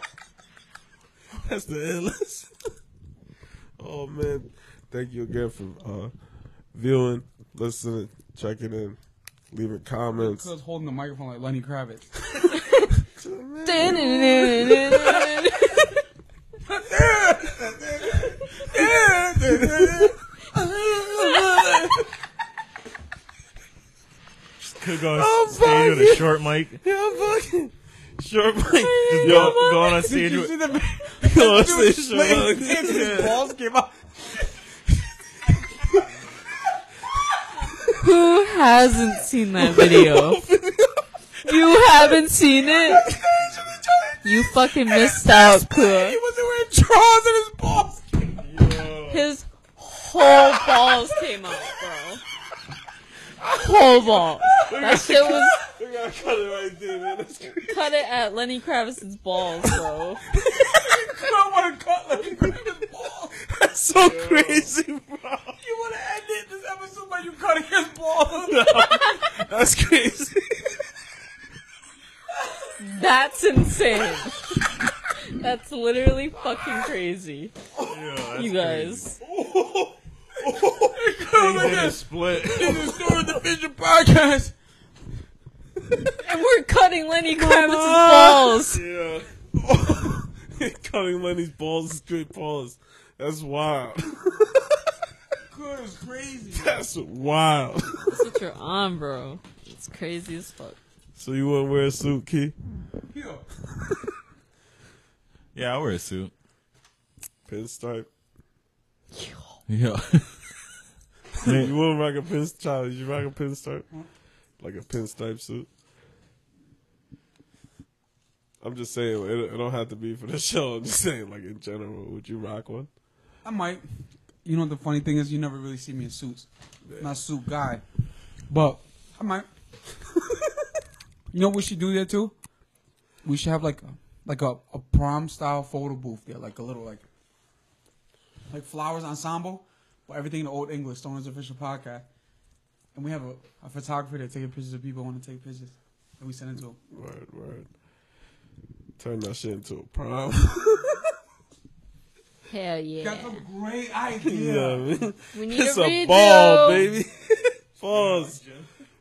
[SPEAKER 2] That's the illest. Oh man. Thank you again for uh, viewing, listening, checking in, leaving comments.
[SPEAKER 5] Cuz holding the microphone like Lenny Kravitz.
[SPEAKER 3] Could go on stage with a short mic.
[SPEAKER 2] Yeah, fucking.
[SPEAKER 3] Short mic.
[SPEAKER 2] Yo,
[SPEAKER 3] Just go, go on a
[SPEAKER 2] did
[SPEAKER 3] stage
[SPEAKER 2] you see
[SPEAKER 3] with.
[SPEAKER 2] the
[SPEAKER 3] Go on stage
[SPEAKER 2] His
[SPEAKER 3] with short mic.
[SPEAKER 2] his balls came out.
[SPEAKER 4] Who hasn't seen that video? you haven't seen it? You fucking missed out,
[SPEAKER 2] He
[SPEAKER 4] Kua.
[SPEAKER 2] wasn't wearing drawers and his balls. came out.
[SPEAKER 4] His whole balls came out, bro. Whole ball. That shit was.
[SPEAKER 2] We gotta cut it right there, man. That's crazy.
[SPEAKER 4] Cut it at Lenny Kravitz's balls, bro.
[SPEAKER 2] I don't want to cut like That's so crazy, bro. You want to end it this episode by you cutting his balls? That's crazy.
[SPEAKER 4] That's insane. That's literally fucking crazy. you guys.
[SPEAKER 3] split.
[SPEAKER 5] Podcast.
[SPEAKER 4] And we're cutting Lenny Kravitz's balls.
[SPEAKER 2] Yeah. cutting Lenny's balls straight balls. That's wild.
[SPEAKER 5] Cuz is crazy.
[SPEAKER 2] That's wild.
[SPEAKER 4] That's what you're on, bro. It's crazy as fuck.
[SPEAKER 2] So you wouldn't wear a suit, Key?
[SPEAKER 5] Yeah.
[SPEAKER 3] Yeah, I wear a suit.
[SPEAKER 2] Pinstripe.
[SPEAKER 3] Yeah.
[SPEAKER 2] You wouldn't rock a pinstripe. Did you rock a pinstripe? Like a pinstripe suit? I'm just saying, it, it don't have to be for the show. I'm just saying, like in general, would you rock one?
[SPEAKER 5] I might. You know what the funny thing is? You never really see me in suits. I'm Not a suit guy. But I might. you know what we should do there too? We should have like a, like a, a prom style photo booth there, like a little like like flowers ensemble, but everything in old English. Stoner's official podcast, and we have a, a photographer there taking pictures of people who want to take pictures, and we send it to him.
[SPEAKER 2] Word, word. Turn that shit into a prom.
[SPEAKER 4] Hell
[SPEAKER 5] That's
[SPEAKER 4] yeah.
[SPEAKER 5] a great
[SPEAKER 2] you
[SPEAKER 5] idea.
[SPEAKER 2] know what I mean?
[SPEAKER 4] We need
[SPEAKER 2] It's
[SPEAKER 4] a
[SPEAKER 2] a
[SPEAKER 4] redo.
[SPEAKER 2] ball, baby. Balls.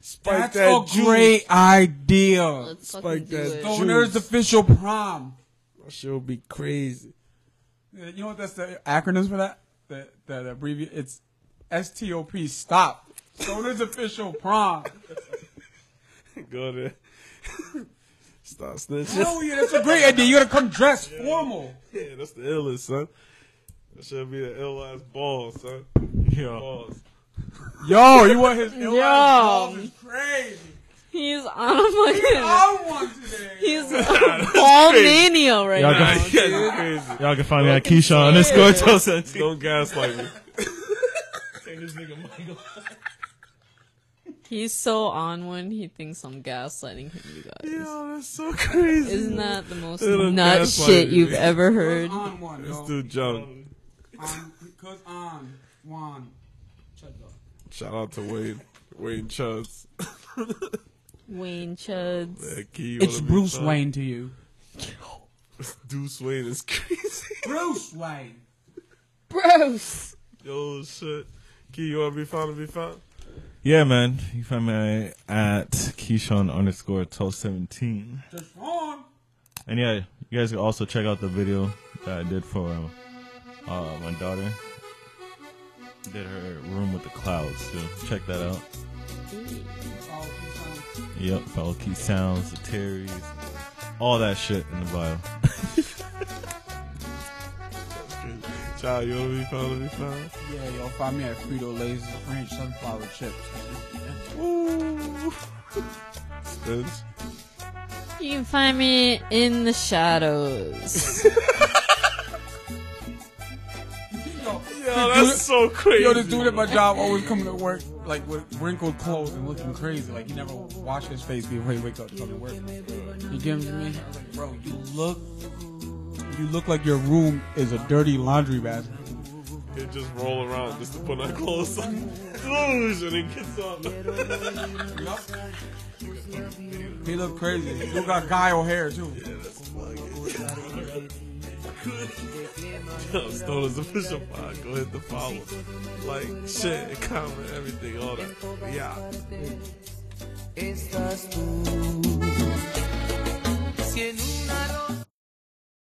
[SPEAKER 2] Spike
[SPEAKER 5] That's
[SPEAKER 2] that
[SPEAKER 5] a
[SPEAKER 2] juice.
[SPEAKER 5] great idea.
[SPEAKER 4] Let's fucking
[SPEAKER 2] Spike
[SPEAKER 4] do
[SPEAKER 2] that
[SPEAKER 4] it.
[SPEAKER 2] dope.
[SPEAKER 5] Stoner's
[SPEAKER 2] Juice.
[SPEAKER 5] official prom.
[SPEAKER 2] That shit would be crazy.
[SPEAKER 5] Yeah, You know what that's the acronyms for that? The the, the abbrevi- it's S T O P stop. Stoner's official prom.
[SPEAKER 2] Go there. Stop snitching.
[SPEAKER 5] Hell yeah, that's a great idea. You gotta come dress formal.
[SPEAKER 2] Yeah, that's the illest, son. That should be the ill ass ball, son.
[SPEAKER 3] yeah.
[SPEAKER 2] Balls.
[SPEAKER 5] Yo, you want his Yo.
[SPEAKER 4] Yo.
[SPEAKER 5] balls is crazy.
[SPEAKER 4] He's on a fucking.
[SPEAKER 5] I want today.
[SPEAKER 4] He's a ball mania right
[SPEAKER 3] Y'all
[SPEAKER 4] now.
[SPEAKER 3] can,
[SPEAKER 2] Yeah, crazy.
[SPEAKER 3] y'all can find me at
[SPEAKER 4] Fucking
[SPEAKER 3] Keyshawn underscore
[SPEAKER 4] serious.
[SPEAKER 3] 1217.
[SPEAKER 2] Don't gaslight me.
[SPEAKER 4] He's so on one, he thinks I'm gaslighting him, you guys.
[SPEAKER 2] Yo, that's so crazy.
[SPEAKER 4] Isn't that the most
[SPEAKER 2] Little
[SPEAKER 4] nut
[SPEAKER 2] gaslighting
[SPEAKER 4] shit you've
[SPEAKER 2] me.
[SPEAKER 4] ever
[SPEAKER 5] Cuz
[SPEAKER 4] heard?
[SPEAKER 5] on one,
[SPEAKER 2] This
[SPEAKER 5] yo.
[SPEAKER 2] dude John.
[SPEAKER 5] On, cuz on one. Shut up.
[SPEAKER 2] Shout out to Wayne. Wayne Chuds.
[SPEAKER 4] Wayne Chuds.
[SPEAKER 2] That key
[SPEAKER 5] It's
[SPEAKER 2] wanna be
[SPEAKER 5] Bruce
[SPEAKER 2] fun.
[SPEAKER 5] Wayne to you.
[SPEAKER 2] Deuce Wayne is crazy.
[SPEAKER 5] Bruce Wayne.
[SPEAKER 4] Bruce.
[SPEAKER 2] Yo, shit. Key, you wanna be found to be found?
[SPEAKER 3] Yeah, man. You can find me at Keyshawn underscore 1217.
[SPEAKER 5] Just Oh, wrong.
[SPEAKER 3] And yeah, you guys can also check out the video that I did for uh, my daughter. Did her room with the clouds, so check that out.
[SPEAKER 5] Oh, he's on.
[SPEAKER 3] Yep, follow Key Sounds, the Terrys, all that shit in the bio.
[SPEAKER 2] Child, you wanna be found to be found?
[SPEAKER 5] Yeah, yo, find me at Frito Lay's French sunflower chips.
[SPEAKER 2] Ooh. Spence.
[SPEAKER 4] You can find me in the shadows.
[SPEAKER 5] Yo,
[SPEAKER 2] Yo,
[SPEAKER 5] this
[SPEAKER 2] that's
[SPEAKER 5] dude-
[SPEAKER 2] so crazy.
[SPEAKER 5] Yo, this dude at my job always coming to work like with wrinkled clothes and looking crazy. Like he never washed his face before he wake up to come to work. You get what I mean? I was like, bro, you look, you look like your room is a dirty laundry basket.
[SPEAKER 2] They just roll around just to put on clothes on. Delusion and gets on.
[SPEAKER 5] He look crazy. You got Guy O'Hare too.
[SPEAKER 2] Stoner's official pod. Go hit the follow. Like, shit, comment, everything, all that. Yeah.
[SPEAKER 7] estás tú. Si en una rosa